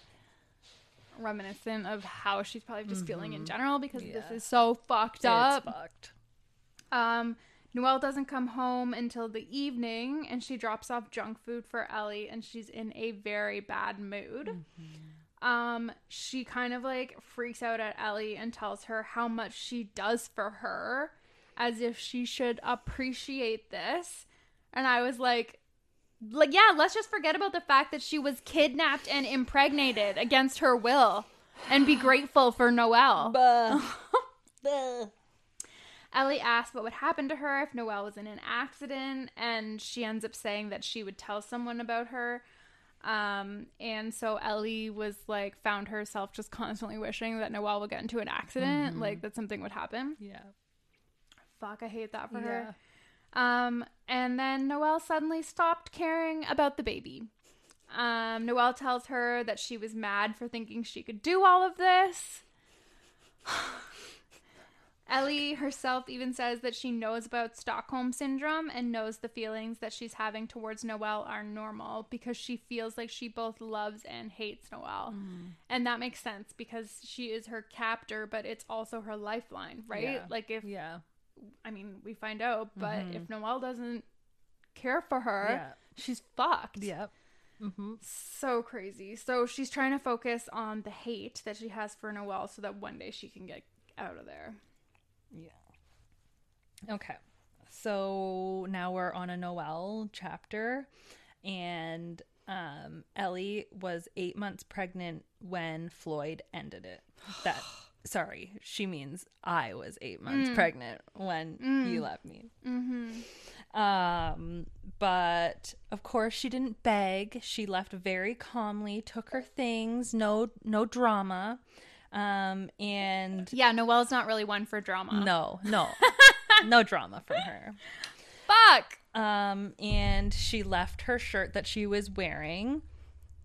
Speaker 5: reminiscent of how she's probably just feeling in general because this
Speaker 3: Mm-hmm. Yeah.
Speaker 5: is so fucked
Speaker 3: It's
Speaker 5: up
Speaker 3: fucked.
Speaker 5: um, Noelle doesn't come home until the evening and she drops off junk food for Ellie and she's in a very bad mood. Um, she kind of like freaks out at Ellie and tells her how much she does for her as if she should appreciate this. And I was like, like yeah, let's just forget about the fact that she was kidnapped and impregnated against her will and be grateful for Noelle. Ellie asks what would happen to her if Noelle was in an accident, and she ends up saying that she would tell someone about her. Um, and so Ellie was like, found herself just (laughs) constantly wishing that Noelle would get into an accident, like that something would happen.
Speaker 3: Yeah.
Speaker 5: Fuck, I hate that for her. Um, and then Noelle suddenly stopped caring about the baby. Um, Noelle tells her that she was mad for thinking she could do all of this. (sighs) Ellie herself even says that she knows about Stockholm syndrome and knows the feelings that she's having towards Noelle are normal because she feels like she both loves and hates Noelle. And that makes sense because she is her captor, but it's also her lifeline, right?
Speaker 3: Yeah.
Speaker 5: Like if
Speaker 3: Yeah.
Speaker 2: Mm-hmm.
Speaker 5: I mean, we find out, but if Noelle doesn't care for her,
Speaker 3: Yeah.
Speaker 5: she's fucked.
Speaker 3: Yep.
Speaker 5: So crazy. So she's trying to focus on the hate that she has for Noel so that one day she can get out of there.
Speaker 3: Okay. So now we're on a Noel chapter, and um, Ellie was eight months pregnant when Floyd ended it. That sorry, she means I was eight months pregnant when you left me. Um, but of course she didn't beg. She left very calmly, took her things, no no drama. Um, and
Speaker 2: Yeah, Noelle's not really one for drama.
Speaker 3: no, no, no drama from her.
Speaker 2: Fuck.
Speaker 3: Um, and she left her shirt that she was wearing.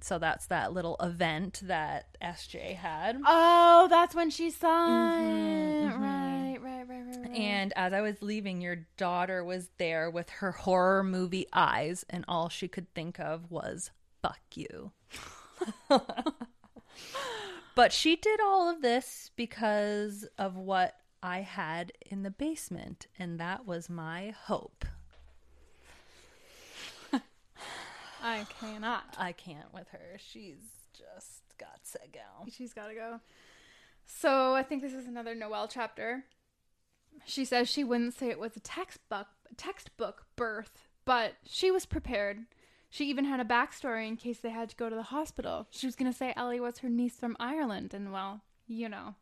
Speaker 3: So that's that little event that SJ had.
Speaker 5: Oh, that's when she saw
Speaker 2: Mm-hmm,
Speaker 5: it. Right, right, right, right, right.
Speaker 3: And as I was leaving, your daughter was there with her horror movie eyes, and all she could think of was "fuck you." (laughs) but she did all of this because of what I had in the basement, and that was my hope.
Speaker 5: I cannot.
Speaker 3: I can't with her. She's just got to go.
Speaker 5: She's got to go. So I think this is another Noel chapter. She says she wouldn't say it was a textbook textbook birth, but she was prepared. She even had a backstory in case they had to go to the hospital. She was going to say Ellie was her niece from Ireland, and well, you know.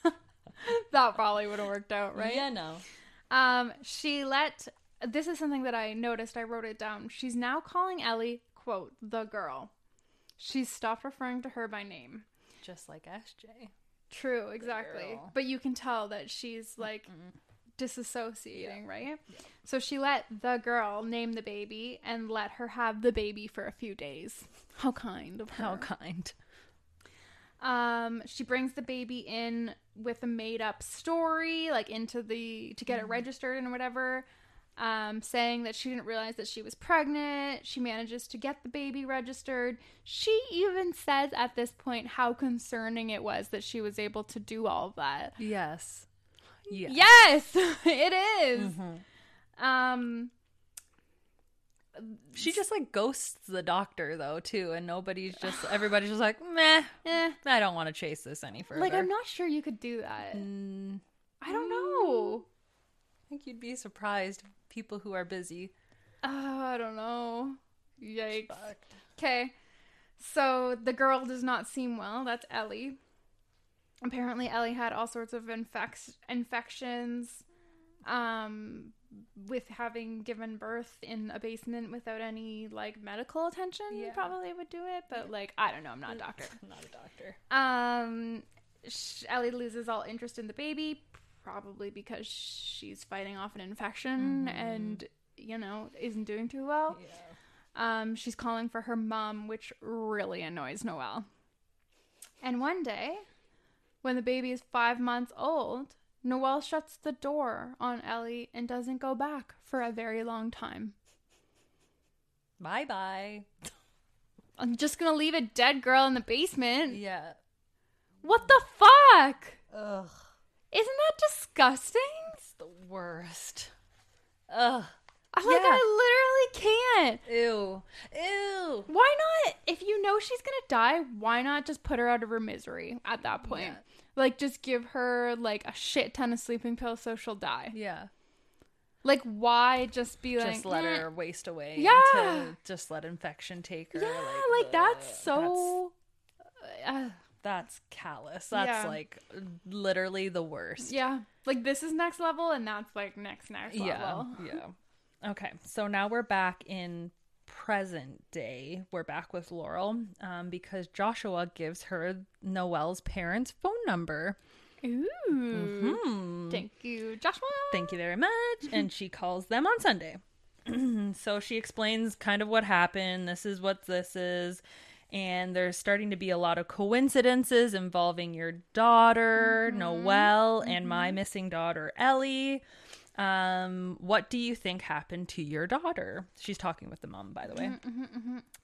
Speaker 5: (laughs) that probably would have worked out, right?
Speaker 3: Yeah, no.
Speaker 5: Um, she let this is something that I noticed. I wrote it down. She's now calling Ellie, quote, the girl. She's stopped referring to her by name.
Speaker 3: Just like SJ.
Speaker 5: True, exactly.
Speaker 3: girl.
Speaker 5: But you can tell that she's like disassociating, right? So she let the girl name the baby and let her have the baby for a few days. How kind of her.
Speaker 3: How kind.
Speaker 5: Um, she brings the baby in with a made up story, like into the
Speaker 3: Mm-hmm.
Speaker 5: to get it registered and whatever. Um, saying that she didn't realize that she was pregnant. She manages to get the baby registered. She even says at this point how concerning it was that she was able to do all of that.
Speaker 3: Yes. Yeah.
Speaker 5: Yes, (laughs) it is.
Speaker 3: Mm-hmm.
Speaker 5: Um,
Speaker 3: She just like ghosts the doctor though too, and nobody's
Speaker 5: (sighs)
Speaker 3: just everybody's just like meh.
Speaker 5: eh,
Speaker 3: I don't want to chase this any further.
Speaker 5: like I'm not sure you could do that.
Speaker 3: Mm,
Speaker 5: I don't know.
Speaker 3: I think you'd be surprised. People who are busy.
Speaker 5: Oh, I don't know. Yikes. Okay. So the girl does not seem well. That's Ellie. Apparently, Ellie had all sorts of infex- infections um, with having given birth in a basement without any like medical attention.
Speaker 3: Yeah.
Speaker 5: Probably would do it, but like I don't know. I'm not a doctor.
Speaker 3: I'm not a doctor.
Speaker 5: Um, sh- Ellie loses all interest in the baby, probably because she's fighting off an infection and you know isn't doing too well. Um, she's calling for her mom, which really annoys Noelle. And one day, when the baby is five months old, Noelle shuts the door on Ellie and doesn't go back for a very long time.
Speaker 3: Bye
Speaker 5: (laughs)
Speaker 3: bye.
Speaker 5: I'm just gonna leave a dead girl in the basement.
Speaker 3: Yeah.
Speaker 5: What the fuck?
Speaker 3: Ugh.
Speaker 5: Isn't that disgusting?
Speaker 3: It's the worst. Ugh.
Speaker 5: I'm like,
Speaker 3: Yeah.
Speaker 5: I literally can't.
Speaker 3: Ew. Ew.
Speaker 5: Why not? If you know she's gonna die, why not just put her out of her misery at that point?
Speaker 3: Yeah.
Speaker 5: Like, just give her like a shit ton of sleeping pills so she'll die.
Speaker 3: Yeah.
Speaker 5: Like, why just be like,
Speaker 3: just let
Speaker 5: "Eh."
Speaker 3: her waste away.
Speaker 5: Yeah.
Speaker 3: To just let infection take her.
Speaker 5: Yeah, like, that's so. uh,
Speaker 3: That's callous. That's
Speaker 5: Yeah.
Speaker 3: like literally the worst.
Speaker 5: yeah, like this is next level, and that's like next next level.
Speaker 3: Yeah. yeah. Okay. So now we're back in present day. We're back with Laurel um, because Joshua gives her Noelle's parents' phone number.
Speaker 5: Ooh,
Speaker 3: Mm-hmm.
Speaker 5: thank you, Joshua.
Speaker 3: Thank you very much. And she calls them on Sunday. (clears throat) so she explains kind of what happened. This is what this is. And there's starting to be a lot of coincidences involving your daughter, Noelle, and my missing daughter, Ellie. Um, what do you think happened to your daughter? She's talking with the mom, by the way.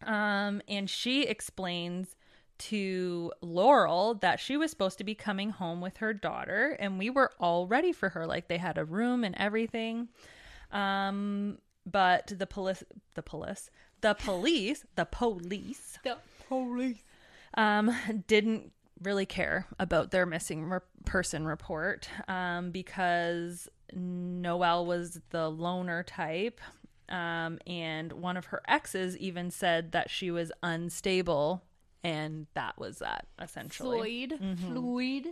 Speaker 3: Um, and she explains to Laurel that she was supposed to be coming home with her daughter, and we were all ready for her. Like they had a room and everything. Um, but the police, the police, the police, the police,
Speaker 5: The
Speaker 3: police, um, didn't really care about their missing re- person report um, because Noelle was the loner type. Um, and one of her exes even said that she was unstable, and that was that essentially.
Speaker 5: Floyd.
Speaker 3: Mm-hmm.
Speaker 5: Floyd.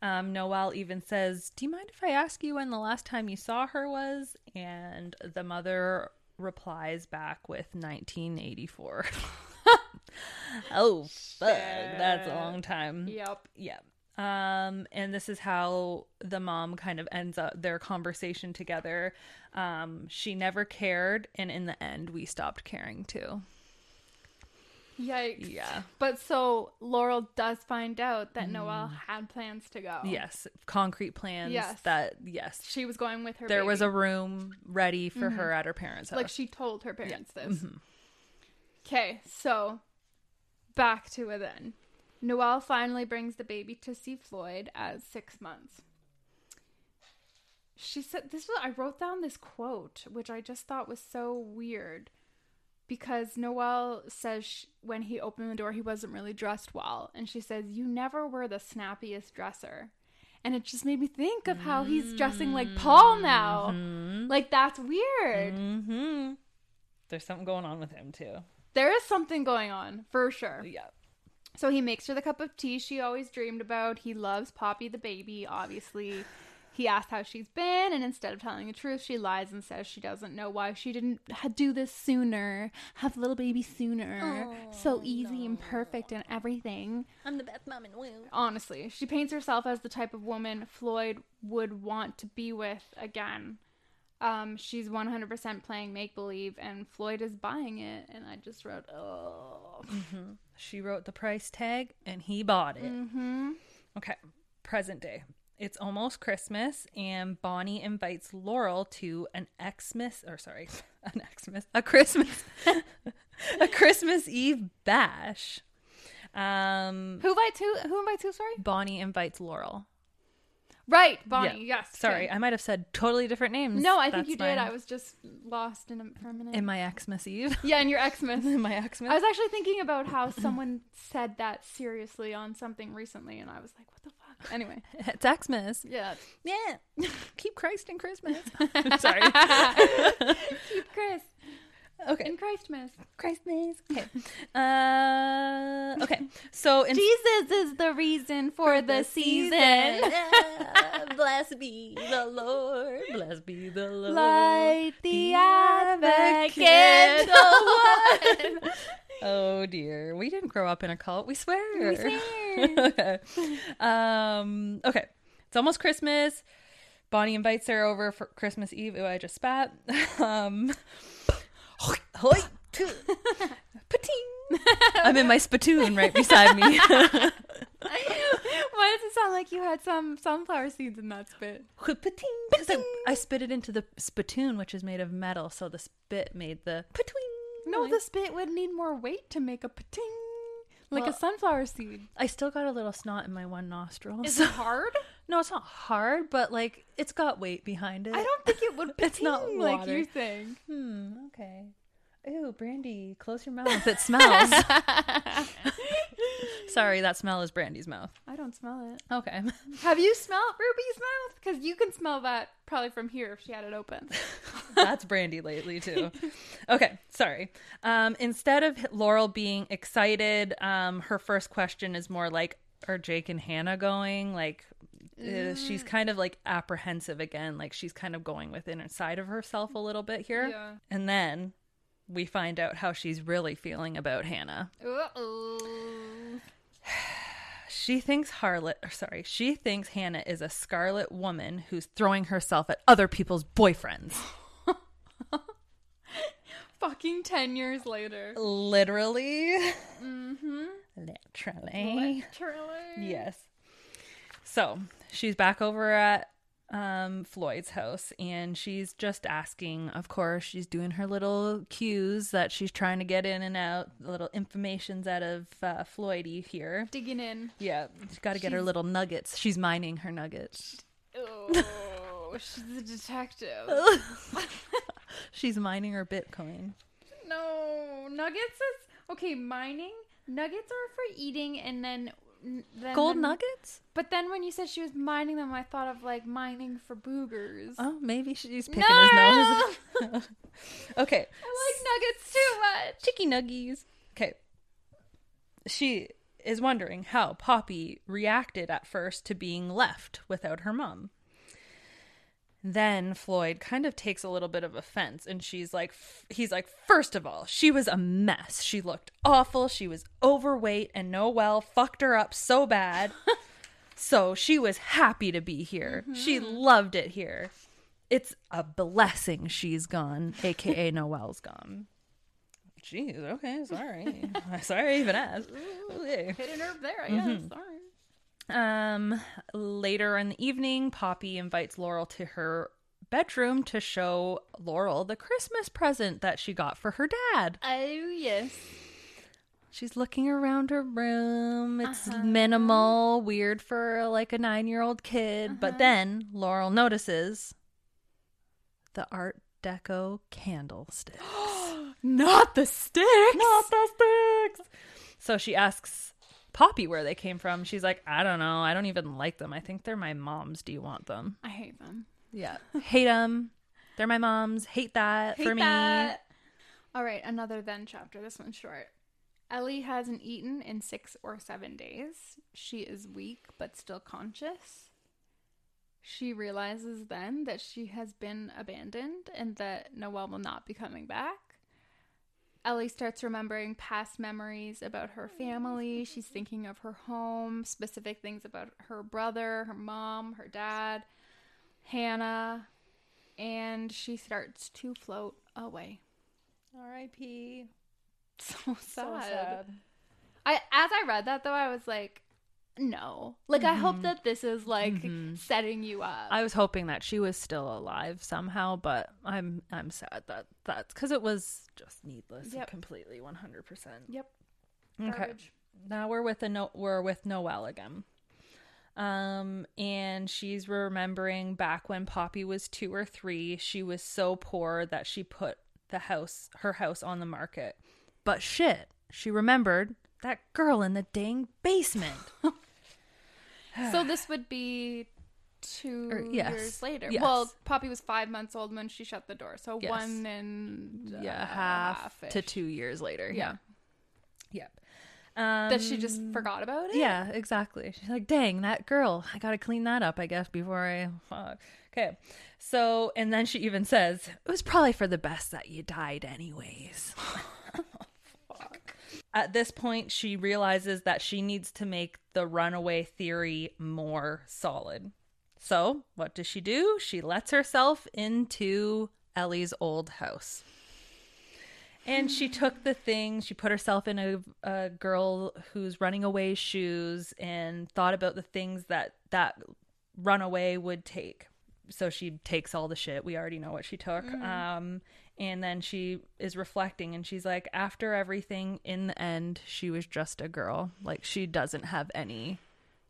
Speaker 3: Um, Noelle even says, Do you mind if I ask you when the last time you saw her was? And the mother replies back with 1984. (laughs) oh, fuck. That's a long time.
Speaker 5: Yep.
Speaker 3: Yeah. Um, and this is how the mom kind of ends up their conversation together. Um, she never cared, and in the end, we stopped caring too.
Speaker 5: Yikes.
Speaker 3: Yeah.
Speaker 5: But so Laurel does find out that Noelle
Speaker 3: Mm-hmm.
Speaker 5: had plans to go.
Speaker 3: Oh. Yes. Concrete plans
Speaker 5: Yes.
Speaker 3: that, yes.
Speaker 5: She was going with her.
Speaker 3: there was a Mm-hmm.
Speaker 5: baby.
Speaker 3: room ready for her at her parents' house.
Speaker 5: like she told her parents this. Okay, so back to it then. Noelle finally brings the baby to see Floyd at six months. She said, This was, I wrote down this quote, which I just thought was so weird because Noelle says sh when he opened the door, he wasn't really dressed well. And she says, You never were the snappiest dresser. And it just made me think of how he's dressing like Paul now. Like, that's weird.
Speaker 3: Mm-hmm. There's something going on with him too.
Speaker 5: There is something going on, for sure.
Speaker 3: Yeah.
Speaker 5: So he makes her the cup of tea she always dreamed about. He loves Poppy the baby, obviously. He asks how she's been, and instead of telling the truth, she lies and says she doesn't know why she didn't ha- do this sooner, have little baby sooner. so easy and perfect and everything.
Speaker 3: I'm the best mom in world.
Speaker 5: Honestly, she paints herself as the type of woman Floyd would want to be with again. Um, she's 100% playing make believe, and Floyd is buying it. And I just wrote, oh.
Speaker 3: She wrote the price tag and he bought it. Mm-hmm. Okay. Present day. It's almost Christmas and Bonnie invites Laurel to an Xmas or sorry, (laughs) an Xmas, a Christmas, (laughs) a Christmas Eve bash. Um,
Speaker 5: Who invites who? Who invites who? Sorry.
Speaker 3: Bonnie invites Laurel.
Speaker 5: Right, Bonnie.
Speaker 3: Yeah.
Speaker 5: Yes.
Speaker 3: Sorry,
Speaker 5: okay.
Speaker 3: I might have said totally different names.
Speaker 5: no, I
Speaker 3: That's
Speaker 5: think you
Speaker 3: fine.
Speaker 5: did. I was just lost in a, for a minute.
Speaker 3: in my Xmas Eve. (laughs)
Speaker 5: yeah, in your (laughs) Xmas.
Speaker 3: in my Xmas.
Speaker 5: I was actually thinking about (laughs) how someone said that seriously on something recently, and I was like, "What the fuck?" (laughs) Anyway,
Speaker 3: It's Xmas.
Speaker 5: yeah,
Speaker 3: Yeah. Keep Christ in Christmas. Sorry.
Speaker 5: (laughs) keep Chris
Speaker 3: Okay.
Speaker 5: in Christmas.
Speaker 3: Christmas. Okay. Uh, okay. So in
Speaker 5: Jesus is the reason for the season.
Speaker 3: Yeah. Blessed be the Lord. Blessed be the Lord.
Speaker 5: Light
Speaker 3: (laughs)
Speaker 5: the advocate.
Speaker 3: advocate. oh dear. We didn't grow up in a cult, we swear. (laughs) okay. Um, okay. It's almost Christmas. Bonnie invites her over for Christmas Eve. Ooh, I just spat. (laughs) Um, hoi, tu, (laughs) pating. I'm in my spittoon right beside me. (laughs)
Speaker 5: (laughs) Why does it sound like you had some sunflower seeds in that spit?
Speaker 3: Because I, I spit it into the spittoon, which is made of metal, so the spit made the patwing.
Speaker 5: No, the spit would need more weight to make a pating, like a
Speaker 3: Well-
Speaker 5: sunflower seed.
Speaker 3: I still got a little snot in my one nostril.
Speaker 5: Is
Speaker 3: (laughs) so-
Speaker 5: it (laughs) hard?
Speaker 3: no, it's not hard, but like it's got weight behind it.
Speaker 5: I don't
Speaker 3: (laughs)
Speaker 5: think it would.
Speaker 3: It's not
Speaker 5: pating like
Speaker 3: water.
Speaker 5: you think.
Speaker 3: Hmm. Okay. Ooh, brandy, close your mouth. It (laughs) smells. Sorry, that smell is brandy's mouth.
Speaker 5: I don't smell it.
Speaker 3: Okay.
Speaker 5: Have you smelled Ruby's mouth? Because you can smell that probably from here if she had it open.
Speaker 3: That's Brandy lately too. Okay, sorry. Um, instead of Laurel being excited, um, her first question is more like, "Are Jake and Hannah going?" Like, uh, she's kind of like apprehensive again. Like she's kind of going within inside of herself a little bit here.
Speaker 5: Yeah.
Speaker 3: And then we find out how she's really feeling about Hannah.
Speaker 5: Uh-oh.
Speaker 3: She thinks Harlot, or sorry, she thinks Hannah is a scarlet woman who's throwing herself at other people's boyfriends.
Speaker 5: Fucking 10 years later.
Speaker 3: Literally. Mm-hmm. Literally.
Speaker 5: Trailer.
Speaker 3: Yes. So she's back over at um, Floyd's house and she's just asking, of course, she's doing her little cues that she's trying to get in and out, little informations out of uh, Floydy here.
Speaker 5: Digging in.
Speaker 3: Yeah, she's got to get her little nuggets. She's mining her nuggets.
Speaker 5: (laughs) Oh, she's a detective.
Speaker 3: She's mining her Bitcoin.
Speaker 5: No, nuggets is okay. Mining nuggets are for eating, and then, n- then
Speaker 3: Gold
Speaker 5: then-
Speaker 3: nuggets?
Speaker 5: But then when you said she was mining them, I thought of like mining for boogers. I
Speaker 3: Oh, maybe she's picking
Speaker 5: No!
Speaker 3: his nose. (laughs) okay.
Speaker 5: (laughs) like nuggets too much.
Speaker 3: Chicky nuggies. Okay. She is wondering how Poppy reacted at first to being left without her mom. Then Floyd kind of takes a little bit of offense and she's like, f- he's like, first of all, she was a mess. She looked awful. She was overweight and Noel fucked her up so bad. so she was happy to be here. She loved it here. It's a blessing she's gone, aka Noel's gone. Jeez, okay, sorry. (laughs) sorry I even asked. Okay.
Speaker 5: Hit a nerve there, I guess. Sorry.
Speaker 3: Um, later in the evening, Poppy invites Laurel to her bedroom to show Laurel the Christmas present that she got for her dad.
Speaker 5: Oh yes.
Speaker 3: She's looking around her room. It's
Speaker 5: Uh-huh.
Speaker 3: minimal, weird for like a nine year old kid.
Speaker 5: Uh-huh.
Speaker 3: But then Laurel notices the Art Deco
Speaker 5: (gasps)
Speaker 3: candlestick. (gasps)
Speaker 5: Not the sticks.
Speaker 3: Not the sticks. So she asks Poppy where they came from. She's like, I don't know. I don't even like them. I think they're my mom's. Do you want them?
Speaker 5: I hate them.
Speaker 3: Yeah. Hate them. They're my mom's. Hate that for me.
Speaker 5: that. All right, another then chapter. This one's short. Ellie hasn't eaten in six or seven days. She is weak but still conscious. She realizes then that she has been abandoned and that Noel will not be coming back. Ellie starts remembering past memories about her family. She's thinking of her home, specific things about her brother, her mom, her dad, Hannah, and she starts to float away. (laughs)
Speaker 3: R.I.P.
Speaker 5: So sad. I as I read that though, I was like, no. Like I
Speaker 3: Mm-hmm.
Speaker 5: hope that this is like setting you up.
Speaker 3: I was hoping that she was still alive somehow, but I'm I'm sad that that's because it was just needless and
Speaker 5: Yep.
Speaker 3: completely 100. percent
Speaker 5: yep.
Speaker 3: Okay.
Speaker 5: Garbage.
Speaker 3: Now we're with a no- we're with Noelle again. Um and she's remembering back when Poppy was 2 or 3, she was so poor that she put the house her house on the market. But shit, she remembered that girl in the dang basement.
Speaker 5: (laughs) So this would be two
Speaker 3: Or- yes.
Speaker 5: years later.
Speaker 3: Yes.
Speaker 5: Well, Poppy was five months old when she shut the door. So
Speaker 3: Yes.
Speaker 5: one and uh,
Speaker 3: yeah, half to
Speaker 5: half-ish.
Speaker 3: 2 years later.
Speaker 5: Yeah.
Speaker 3: Yeah. Yep. Um
Speaker 5: That she just forgot about it.
Speaker 3: Yeah, exactly. She's like, dang, that girl. I gotta clean that up, I guess, before I fuck. Okay. So and then she even says, It was probably for the best that you died
Speaker 5: (laughs)
Speaker 3: anyways. At this point, she realizes that she needs to make the runaway theory more solid. So, what does she do? She lets herself into Ellie's old house. And she took the thing, she put herself in a, a girl who's running away shoes and thought about the things that that runaway would take. So she takes all the shit. We already know what she took.
Speaker 5: Mm.
Speaker 3: Um, and then she is reflecting and she's like, after everything, in the end, she was just a girl. Like, she doesn't have any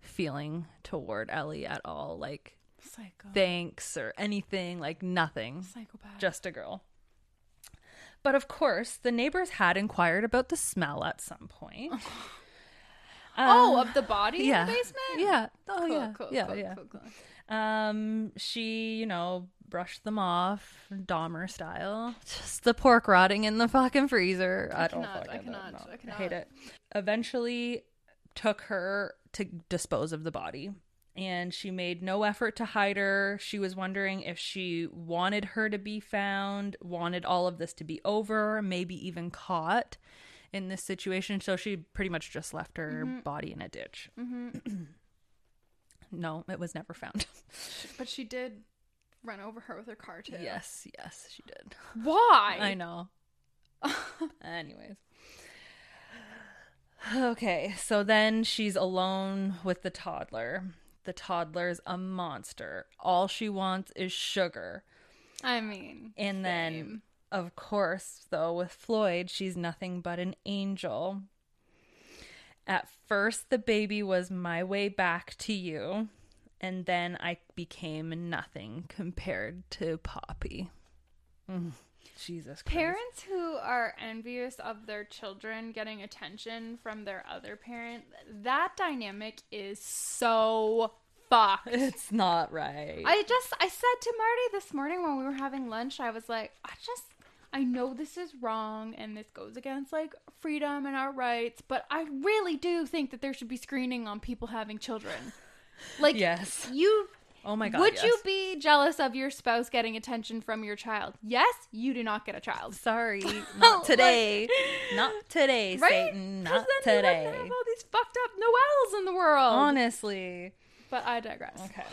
Speaker 3: feeling toward Ellie at all. Like,
Speaker 5: Psycho.
Speaker 3: thanks or anything, like, nothing
Speaker 5: Psychopath.
Speaker 3: just a girl. But of course, the neighbors had inquired about the smell at some
Speaker 5: (laughs)
Speaker 3: point. Um,
Speaker 5: oh, of the body
Speaker 3: yeah.
Speaker 5: in the basement.
Speaker 3: Yeah. Oh,
Speaker 5: Cool,
Speaker 3: yeah.
Speaker 5: cool,
Speaker 3: yeah,
Speaker 5: cool,
Speaker 3: yeah.
Speaker 5: cool, cool.
Speaker 3: Um, she, you know, brushed them off, Dahmer style. Just the pork rotting in the fucking freezer. I, don't
Speaker 5: cannot, I
Speaker 3: fucking know,
Speaker 5: cannot,
Speaker 3: no.
Speaker 5: I
Speaker 3: hate
Speaker 5: cannot.
Speaker 3: it. Eventually, took her to dispose of the body, and she made no effort to hide her. She was wondering if she wanted her to be found, wanted all of this to be over, maybe even caught in this situation. So she pretty much just left her
Speaker 5: Mm-hmm.
Speaker 3: body in a ditch. (clears throat) no, it was never found. (laughs)
Speaker 5: But she did run over her with her car too.
Speaker 3: Yes, yes, she did.
Speaker 5: Why?
Speaker 3: I know. Anyways. Okay, so then she's alone with the toddler. The toddler's a monster. All she wants is sugar.
Speaker 5: I mean,
Speaker 3: And then,
Speaker 5: same.
Speaker 3: of course, though, with Floyd, she's nothing but an angel. At first, the baby was my way back to you, and then I became nothing compared to Poppy. Mm. Jesus Christ.
Speaker 5: Parents who are envious of their children getting attention from their other parent, that dynamic is so fucked.
Speaker 3: It's not right.
Speaker 5: I just I said to Marty this morning when we were having lunch, I was like, I just I know this is wrong and this goes against like freedom and our rights, but I really do think that there should be screening on people
Speaker 3: (laughs)
Speaker 5: having children. Like
Speaker 3: yes.
Speaker 5: you
Speaker 3: Oh my God.
Speaker 5: would
Speaker 3: yes.
Speaker 5: you be jealous of your spouse getting attention from your child? Yes, you do not get a
Speaker 3: (laughs)
Speaker 5: child.
Speaker 3: Sorry, not today. (laughs) not today,
Speaker 5: Right?
Speaker 3: Satan.
Speaker 5: 'Cause
Speaker 3: Not
Speaker 5: then we wouldn't
Speaker 3: today.
Speaker 5: have all these fucked up Noels in the world.
Speaker 3: Honestly.
Speaker 5: But I digress.
Speaker 3: Okay.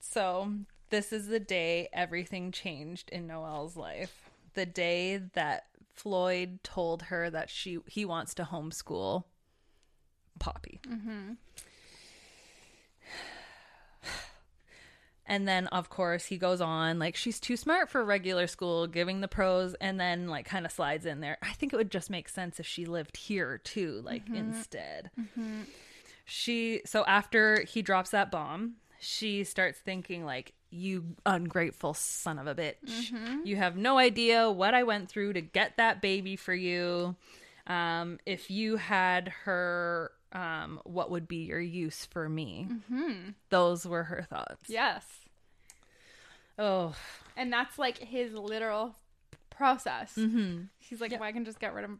Speaker 3: So this is the day everything changed in Noelle's life. The day that Floyd told her that she he wants to homeschool Poppy. And then, of course, he goes on like she's too smart for regular school, giving the pros, and then like kind of slides in there. I think it would just make sense if she lived here too, like instead. She so after he drops that bomb, she starts thinking like, "You ungrateful son of a bitch! You have no idea what I went through to get that baby for you. Um, if you had her." Um, what would be your use for me? Those were her thoughts.
Speaker 5: Yes.
Speaker 3: Oh,
Speaker 5: And that's like his literal process. He's like, if I can just get rid of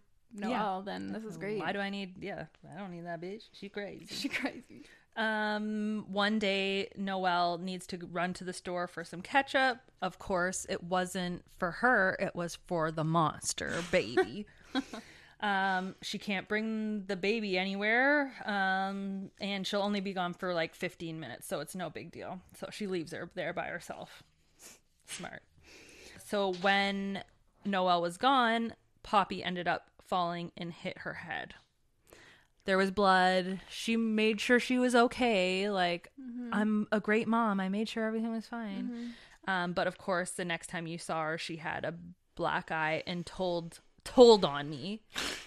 Speaker 3: Mm-hmm.
Speaker 5: Noel,
Speaker 3: Yeah.
Speaker 5: then this is great.
Speaker 3: Why do I need? Yeah, I don't need that bitch. She crazy. (laughs)
Speaker 5: she crazy?
Speaker 3: Um, one day Noelle needs to run to the store for some ketchup. Of course, it wasn't for her. It was for the monster baby. um, she can't bring the baby anywhere. Um, and she'll only be gone for like 15 minutes, so it's no big deal. So she leaves her there by herself. Smart. So when Noelle was gone, Poppy ended up falling and hit her head there was blood. She made sure she was okay. Like, I'm a great mom. I made sure everything was fine. Um, but of course, the next time you saw her, she had a black eye and told told on me. (sighs)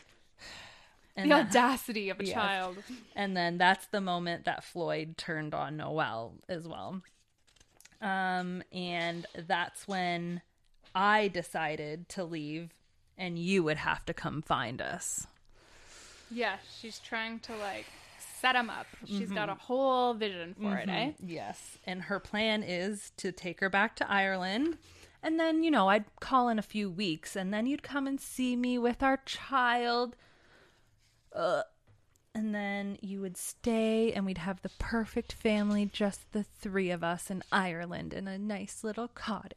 Speaker 3: And
Speaker 5: The
Speaker 3: that-
Speaker 5: audacity of a
Speaker 3: Yes.
Speaker 5: child.
Speaker 3: and then that's the moment that Floyd turned on Noel as well. Um, and that's when I decided to leave, and you would have to come find us.
Speaker 5: Yeah, she's trying to like set him up. She's got
Speaker 3: Mm-hmm.
Speaker 5: a whole vision for it, eh?
Speaker 3: Yes. And her plan is to take her back to Ireland. And then, you know, I'd call in a few weeks and then you'd come and see me with our child. Ugh. And then you would stay and we'd have the perfect family, just the three of us in Ireland in a nice little cottage.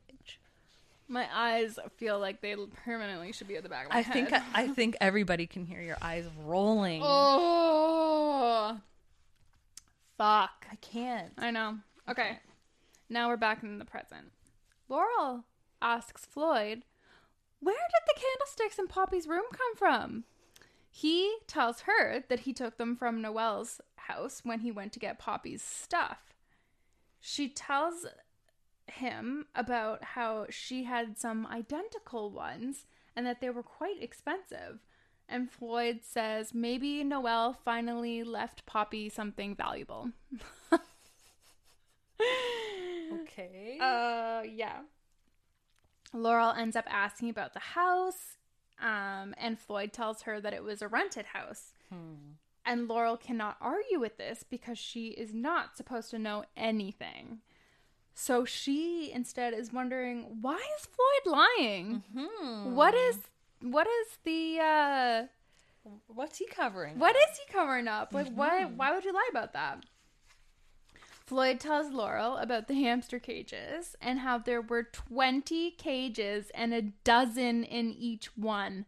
Speaker 5: My eyes feel like they permanently should be at the back of my
Speaker 3: Mm-hmm. I
Speaker 5: head.
Speaker 3: think I, think everybody can hear your eyes rolling.
Speaker 5: oh, fuck.
Speaker 3: I can't.
Speaker 5: I know. Okay. Now we're back in the present. Laurel asks Floyd, Where did the candlesticks in Poppy's room come from? He tells her that he took them from Noelle's house when he went to get Poppy's stuff. She tells him about how she had some identical ones and that they were quite expensive. And Floyd says maybe Noelle finally left Poppy something valuable.
Speaker 3: Okay.
Speaker 5: Uh, yeah. Laurel ends up asking about the house, um, and Floyd tells her that it was a rented house. And Laurel cannot argue with this because she is not supposed to know anything. So she instead is wondering why is Floyd lying? What is what is the uh,
Speaker 3: What's he covering?
Speaker 5: what is he covering up? Like, why? Why would you lie about that? Floyd tells Laurel about the hamster cages and how there were 20 cages and a dozen in each one.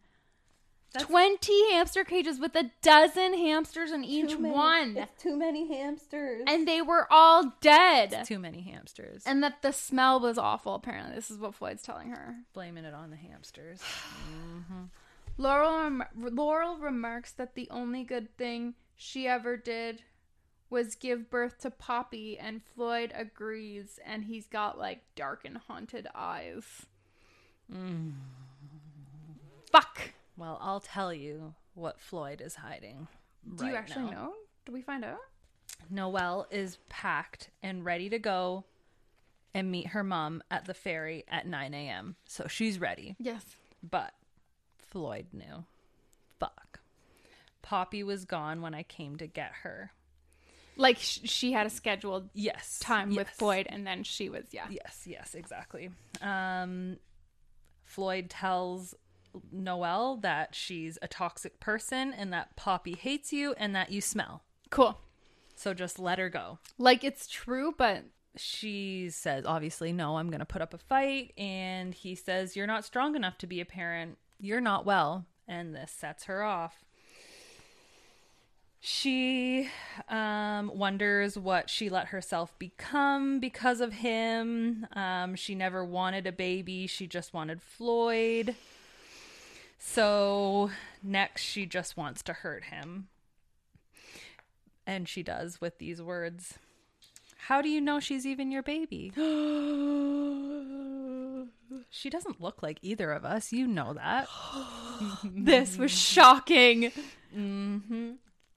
Speaker 5: 20 hamster cages with a dozen hamsters in each one.
Speaker 3: Too many hamsters.
Speaker 5: And they were all dead.
Speaker 3: Too many hamsters.
Speaker 5: and that the smell was awful, apparently. This is what Floyd's telling her.
Speaker 3: blaming it on the hamsters.
Speaker 5: Laurel rem- Laurel remarks that the only good thing she ever did was give birth to Poppy, and Floyd agrees, and he's got like dark and haunted eyes.
Speaker 3: Mm.
Speaker 5: Fuck.
Speaker 3: Well, I'll tell you what Floyd is hiding.
Speaker 5: Do you actually know? Do we find out?
Speaker 3: Noelle is packed and ready to go and meet her mom at the ferry at 9 a.m. So she's ready.
Speaker 5: Yes.
Speaker 3: But Floyd knew. Fuck. Poppy was gone when I came to get her.
Speaker 5: Like sh- she had a scheduled
Speaker 3: Yes.
Speaker 5: time with
Speaker 3: yes.
Speaker 5: Floyd, and then she was yeah.
Speaker 3: Yes, yes, exactly. Um, Floyd tells Noelle that she's a toxic person and that Poppy hates you and that you smell.
Speaker 5: Cool.
Speaker 3: So just let her go.
Speaker 5: Like it's true,
Speaker 3: (gasps)
Speaker 5: but
Speaker 3: She says, obviously, no, I'm going to put up a fight. And he says, You're not strong enough to be a parent. You're not well. And this sets her off. She um, wonders what she let herself become because of him. Um, she never wanted a baby, she just wanted Floyd. So next, she just wants to hurt him. And she does with these words How do you know she's even your
Speaker 5: (gasps)
Speaker 3: baby? she doesn't look like either of us. You know
Speaker 5: (gasps)
Speaker 3: that.
Speaker 5: this was shocking.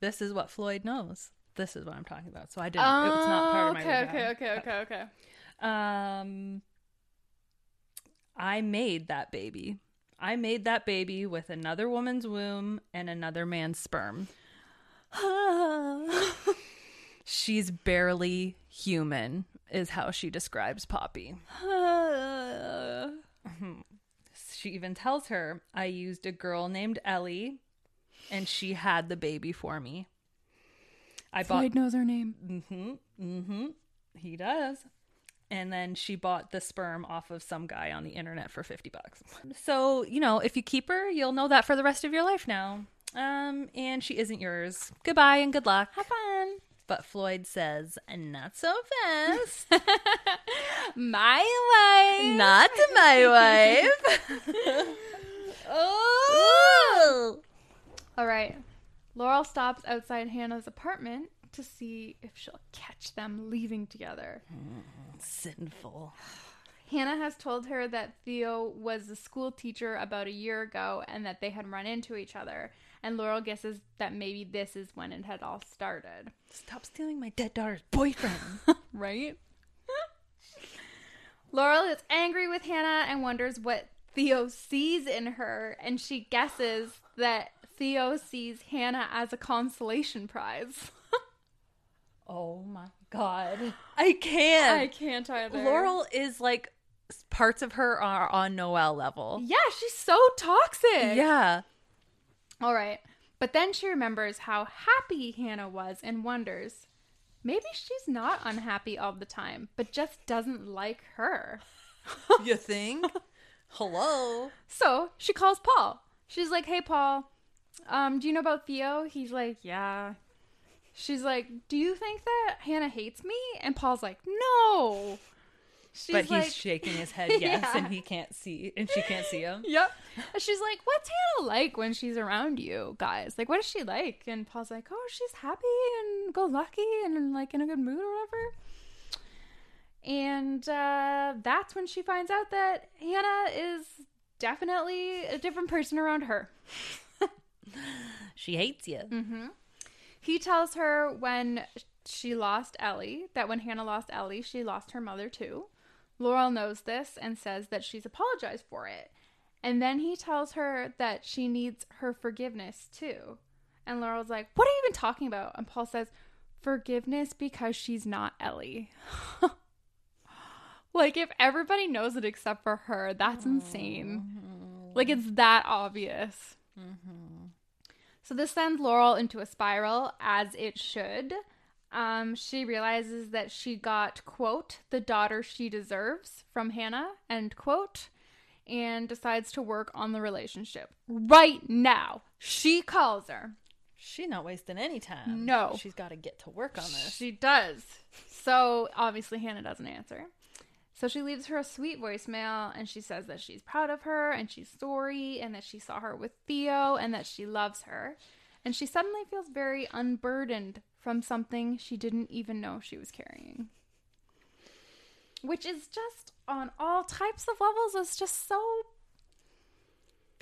Speaker 3: This is what Floyd knows. This is what I'm talking about. So I didn't. it was not part of my.
Speaker 5: Oh, okay,
Speaker 3: rundown.
Speaker 5: okay, okay, okay, okay.
Speaker 3: Um, I made that baby. I made that baby with another woman's womb and another man's
Speaker 5: (sighs)
Speaker 3: sperm. She's barely human, is how she describes
Speaker 5: (sighs)
Speaker 3: Poppy. she even tells her, I used a girl named Ellie and she had the baby for me. I bought
Speaker 5: Floyd knows her name.
Speaker 3: Mm-hmm. Mm-hmm. He does. And then she bought the sperm off of some guy on the internet for fifty bucks. So, you know, if you keep her, you'll know that for the rest of your life now. Um, and she isn't yours. Goodbye and good luck. Have fun. But Floyd says, not (laughs) so fast.
Speaker 5: My wife.
Speaker 3: not my wife. (laughs) oh.
Speaker 5: All right. Laurel stops outside Hannah's apartment to see if she'll catch them leaving together.
Speaker 3: Sinful.
Speaker 5: Hannah has told her that Theo was a school teacher about a year ago and that they had run into each other. And Laurel guesses that maybe this is when it had all started.
Speaker 3: Stop stealing my dead daughter's boyfriend.
Speaker 5: Right? Laurel is angry with Hannah and wonders what Theo sees in her, and she guesses that Theo sees Hannah as a consolation prize.
Speaker 3: (laughs)
Speaker 5: (laughs)
Speaker 3: oh my god. I can't.
Speaker 5: I can't either.
Speaker 3: Laurel is like s- parts of her are on Noel level.
Speaker 5: Yeah, she's so toxic. (laughs)
Speaker 3: Yeah.
Speaker 5: All right. But then she remembers how happy Hannah was and wonders maybe she's not unhappy all the time, but just doesn't like her.
Speaker 3: You think? Hello.
Speaker 5: So she calls Paul. She's like, hey, Paul, um, do you know about Theo? He's like, yeah. She's like, do you think that Hannah hates me? And Paul's like, no. She's
Speaker 3: but he's
Speaker 5: like,
Speaker 3: shaking his (laughs) head yes
Speaker 5: Yeah.
Speaker 3: and he can't see and she can't see him.
Speaker 5: Yep. (laughs) And she's like, What's Hannah like when she's around you guys? Like, what is she like? And Paul's like, Oh, she's happy and go lucky and like in a good mood or whatever. And uh, that's when she finds out that Hannah is definitely a different person around her.
Speaker 3: She hates you.
Speaker 5: Mm. He tells her when she lost Ellie, that when Hannah lost Ellie, she lost her mother too. Laurel knows this and says that she's apologized for it. And then he tells her that she needs her forgiveness too. And Laurel's like, What are you even talking about? And Paul says, Forgiveness because she's not Ellie. (laughs) like, if everybody knows it except for her, that's insane. Like, it's that obvious. So this sends Laurel into a spiral, as it should. Um, she realizes that she got, quote, the daughter she deserves from Hannah, end quote, and decides to work on the relationship right now. She calls her.
Speaker 3: She's not wasting any time.
Speaker 5: No.
Speaker 3: She's got to get to work on this.
Speaker 5: She does. So obviously, Hannah doesn't answer. So she leaves her a sweet voicemail and she says that she's proud of her and she's sorry and that she saw her with Theo and that she loves her. And she suddenly feels very unburdened from something she didn't even know she was carrying. Which is just on all types of levels, it's just so.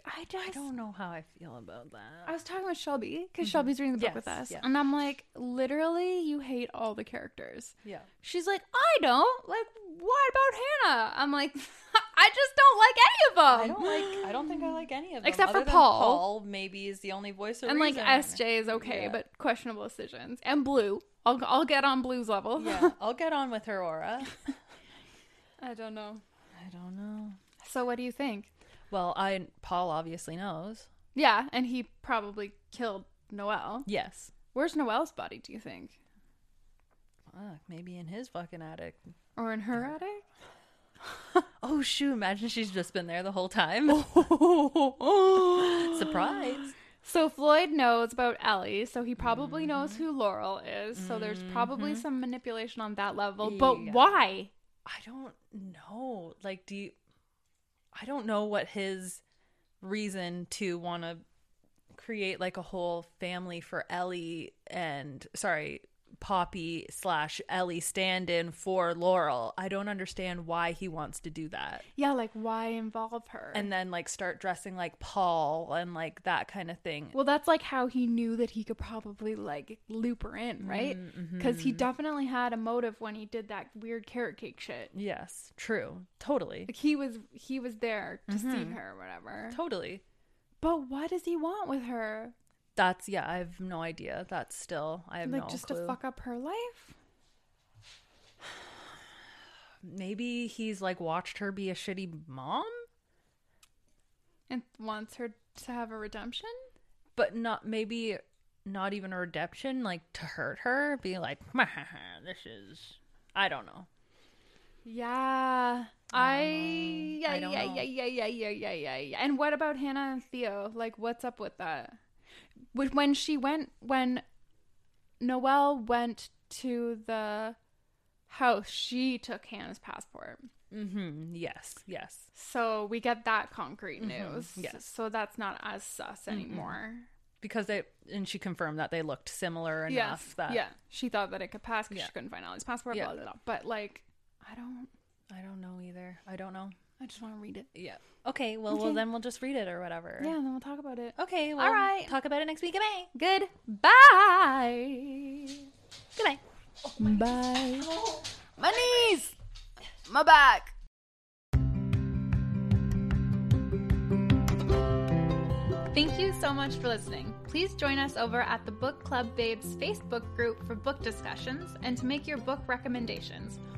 Speaker 5: I just.
Speaker 3: I don't know how I feel about that.
Speaker 5: I was talking with Shelby because Shelby's reading the book
Speaker 3: Mm-hmm. Yes,
Speaker 5: with us,
Speaker 3: yeah.
Speaker 5: and I'm like, literally, you hate all the characters.
Speaker 3: Yeah.
Speaker 5: She's like, (laughs) I don't. Like, what about Hannah? I'm like, I I just don't like
Speaker 3: I
Speaker 5: any of them.
Speaker 3: don't
Speaker 5: (laughs)
Speaker 3: like. I don't think
Speaker 5: (gasps)
Speaker 3: I like any of them.
Speaker 5: Except for
Speaker 3: other than
Speaker 5: Paul.
Speaker 3: Paul maybe is the only voice. Or
Speaker 5: And like
Speaker 3: reason I'm-
Speaker 5: SJ is okay,
Speaker 3: Yeah.
Speaker 5: but questionable decisions. And Blue, I'll I'll get on Blue's level. (laughs)
Speaker 3: Yeah, I'll get on with her aura.
Speaker 5: I don't know.
Speaker 3: I don't know.
Speaker 5: So what do you think?
Speaker 3: Well, I Paul obviously knows.
Speaker 5: Yeah, and he probably killed Noel.
Speaker 3: Yes.
Speaker 5: Where's Noel's body? Do you think,
Speaker 3: Fuck, maybe in his fucking attic.
Speaker 5: or in
Speaker 3: Uh,
Speaker 5: her attic?
Speaker 3: Oh shoot! Imagine she's just been there the whole (laughs) time. Surprise!
Speaker 5: So Floyd knows about Ellie, so he probably knows who Laurel is. So there's probably some manipulation on that level. But
Speaker 3: Yeah.
Speaker 5: why?
Speaker 3: I don't know. Like, do you? I don't know what his reason to want to create like a whole family for Ellie and sorry Poppy slash Ellie stand-in for Laurel. I don't understand why he wants to do that.
Speaker 5: Yeah, like why involve her?
Speaker 3: and then like start dressing like Paul and like that kind of thing.
Speaker 5: Well, that's like how he knew that he could probably like loop her in, right? Because he definitely had a motive when he did that weird carrot cake shit.
Speaker 3: Yes, true, totally,
Speaker 5: Like he was he was there to see her, or whatever.
Speaker 3: totally.
Speaker 5: Mm-hmm. But what does he want with her?
Speaker 3: That's yeah. I have no idea. That's still I have
Speaker 5: Like
Speaker 3: no
Speaker 5: just
Speaker 3: clue.
Speaker 5: to fuck up her life?
Speaker 3: Maybe he's like watched her be a shitty mom,
Speaker 5: And wants her to have a redemption?
Speaker 3: but not maybe not even a redemption. Like to hurt her, be like, (laughs) this is I don't know.
Speaker 5: Yeah. I yeah,
Speaker 3: I don't
Speaker 5: yeah,
Speaker 3: know.
Speaker 5: yeah, yeah, yeah, yeah, yeah, yeah, yeah. And what about Hannah and Theo? Like what's up with that? Wh- When she went when Noelle went to the house, she took Hannah's passport.
Speaker 3: Mm-hmm. Yes, yes.
Speaker 5: So we get that concrete
Speaker 3: Mm-hmm.
Speaker 5: news.
Speaker 3: yes.
Speaker 5: So that's not as sus anymore.
Speaker 3: Because they and she confirmed that they looked similar enough
Speaker 5: Yes.
Speaker 3: that
Speaker 5: Yeah. She thought that it could pass because
Speaker 3: Yeah.
Speaker 5: she couldn't find Ellie's passport,
Speaker 3: Yeah.
Speaker 5: blah, blah, blah. But like I don't
Speaker 3: I don't know either. I don't know.
Speaker 5: I just want to read it.
Speaker 3: Yeah. Okay. Well, well, then we'll just read it or whatever.
Speaker 5: Yeah, and then we'll talk about it.
Speaker 3: Okay. Well, All
Speaker 5: right.
Speaker 3: Talk about it next week. Bye.
Speaker 5: Good. Bye.
Speaker 3: Goodbye.
Speaker 5: Bye.
Speaker 6: My knees, my back.
Speaker 5: Thank you so much for listening. Please join us over at the Book Club Babes Facebook group for book discussions and to make your book recommendations,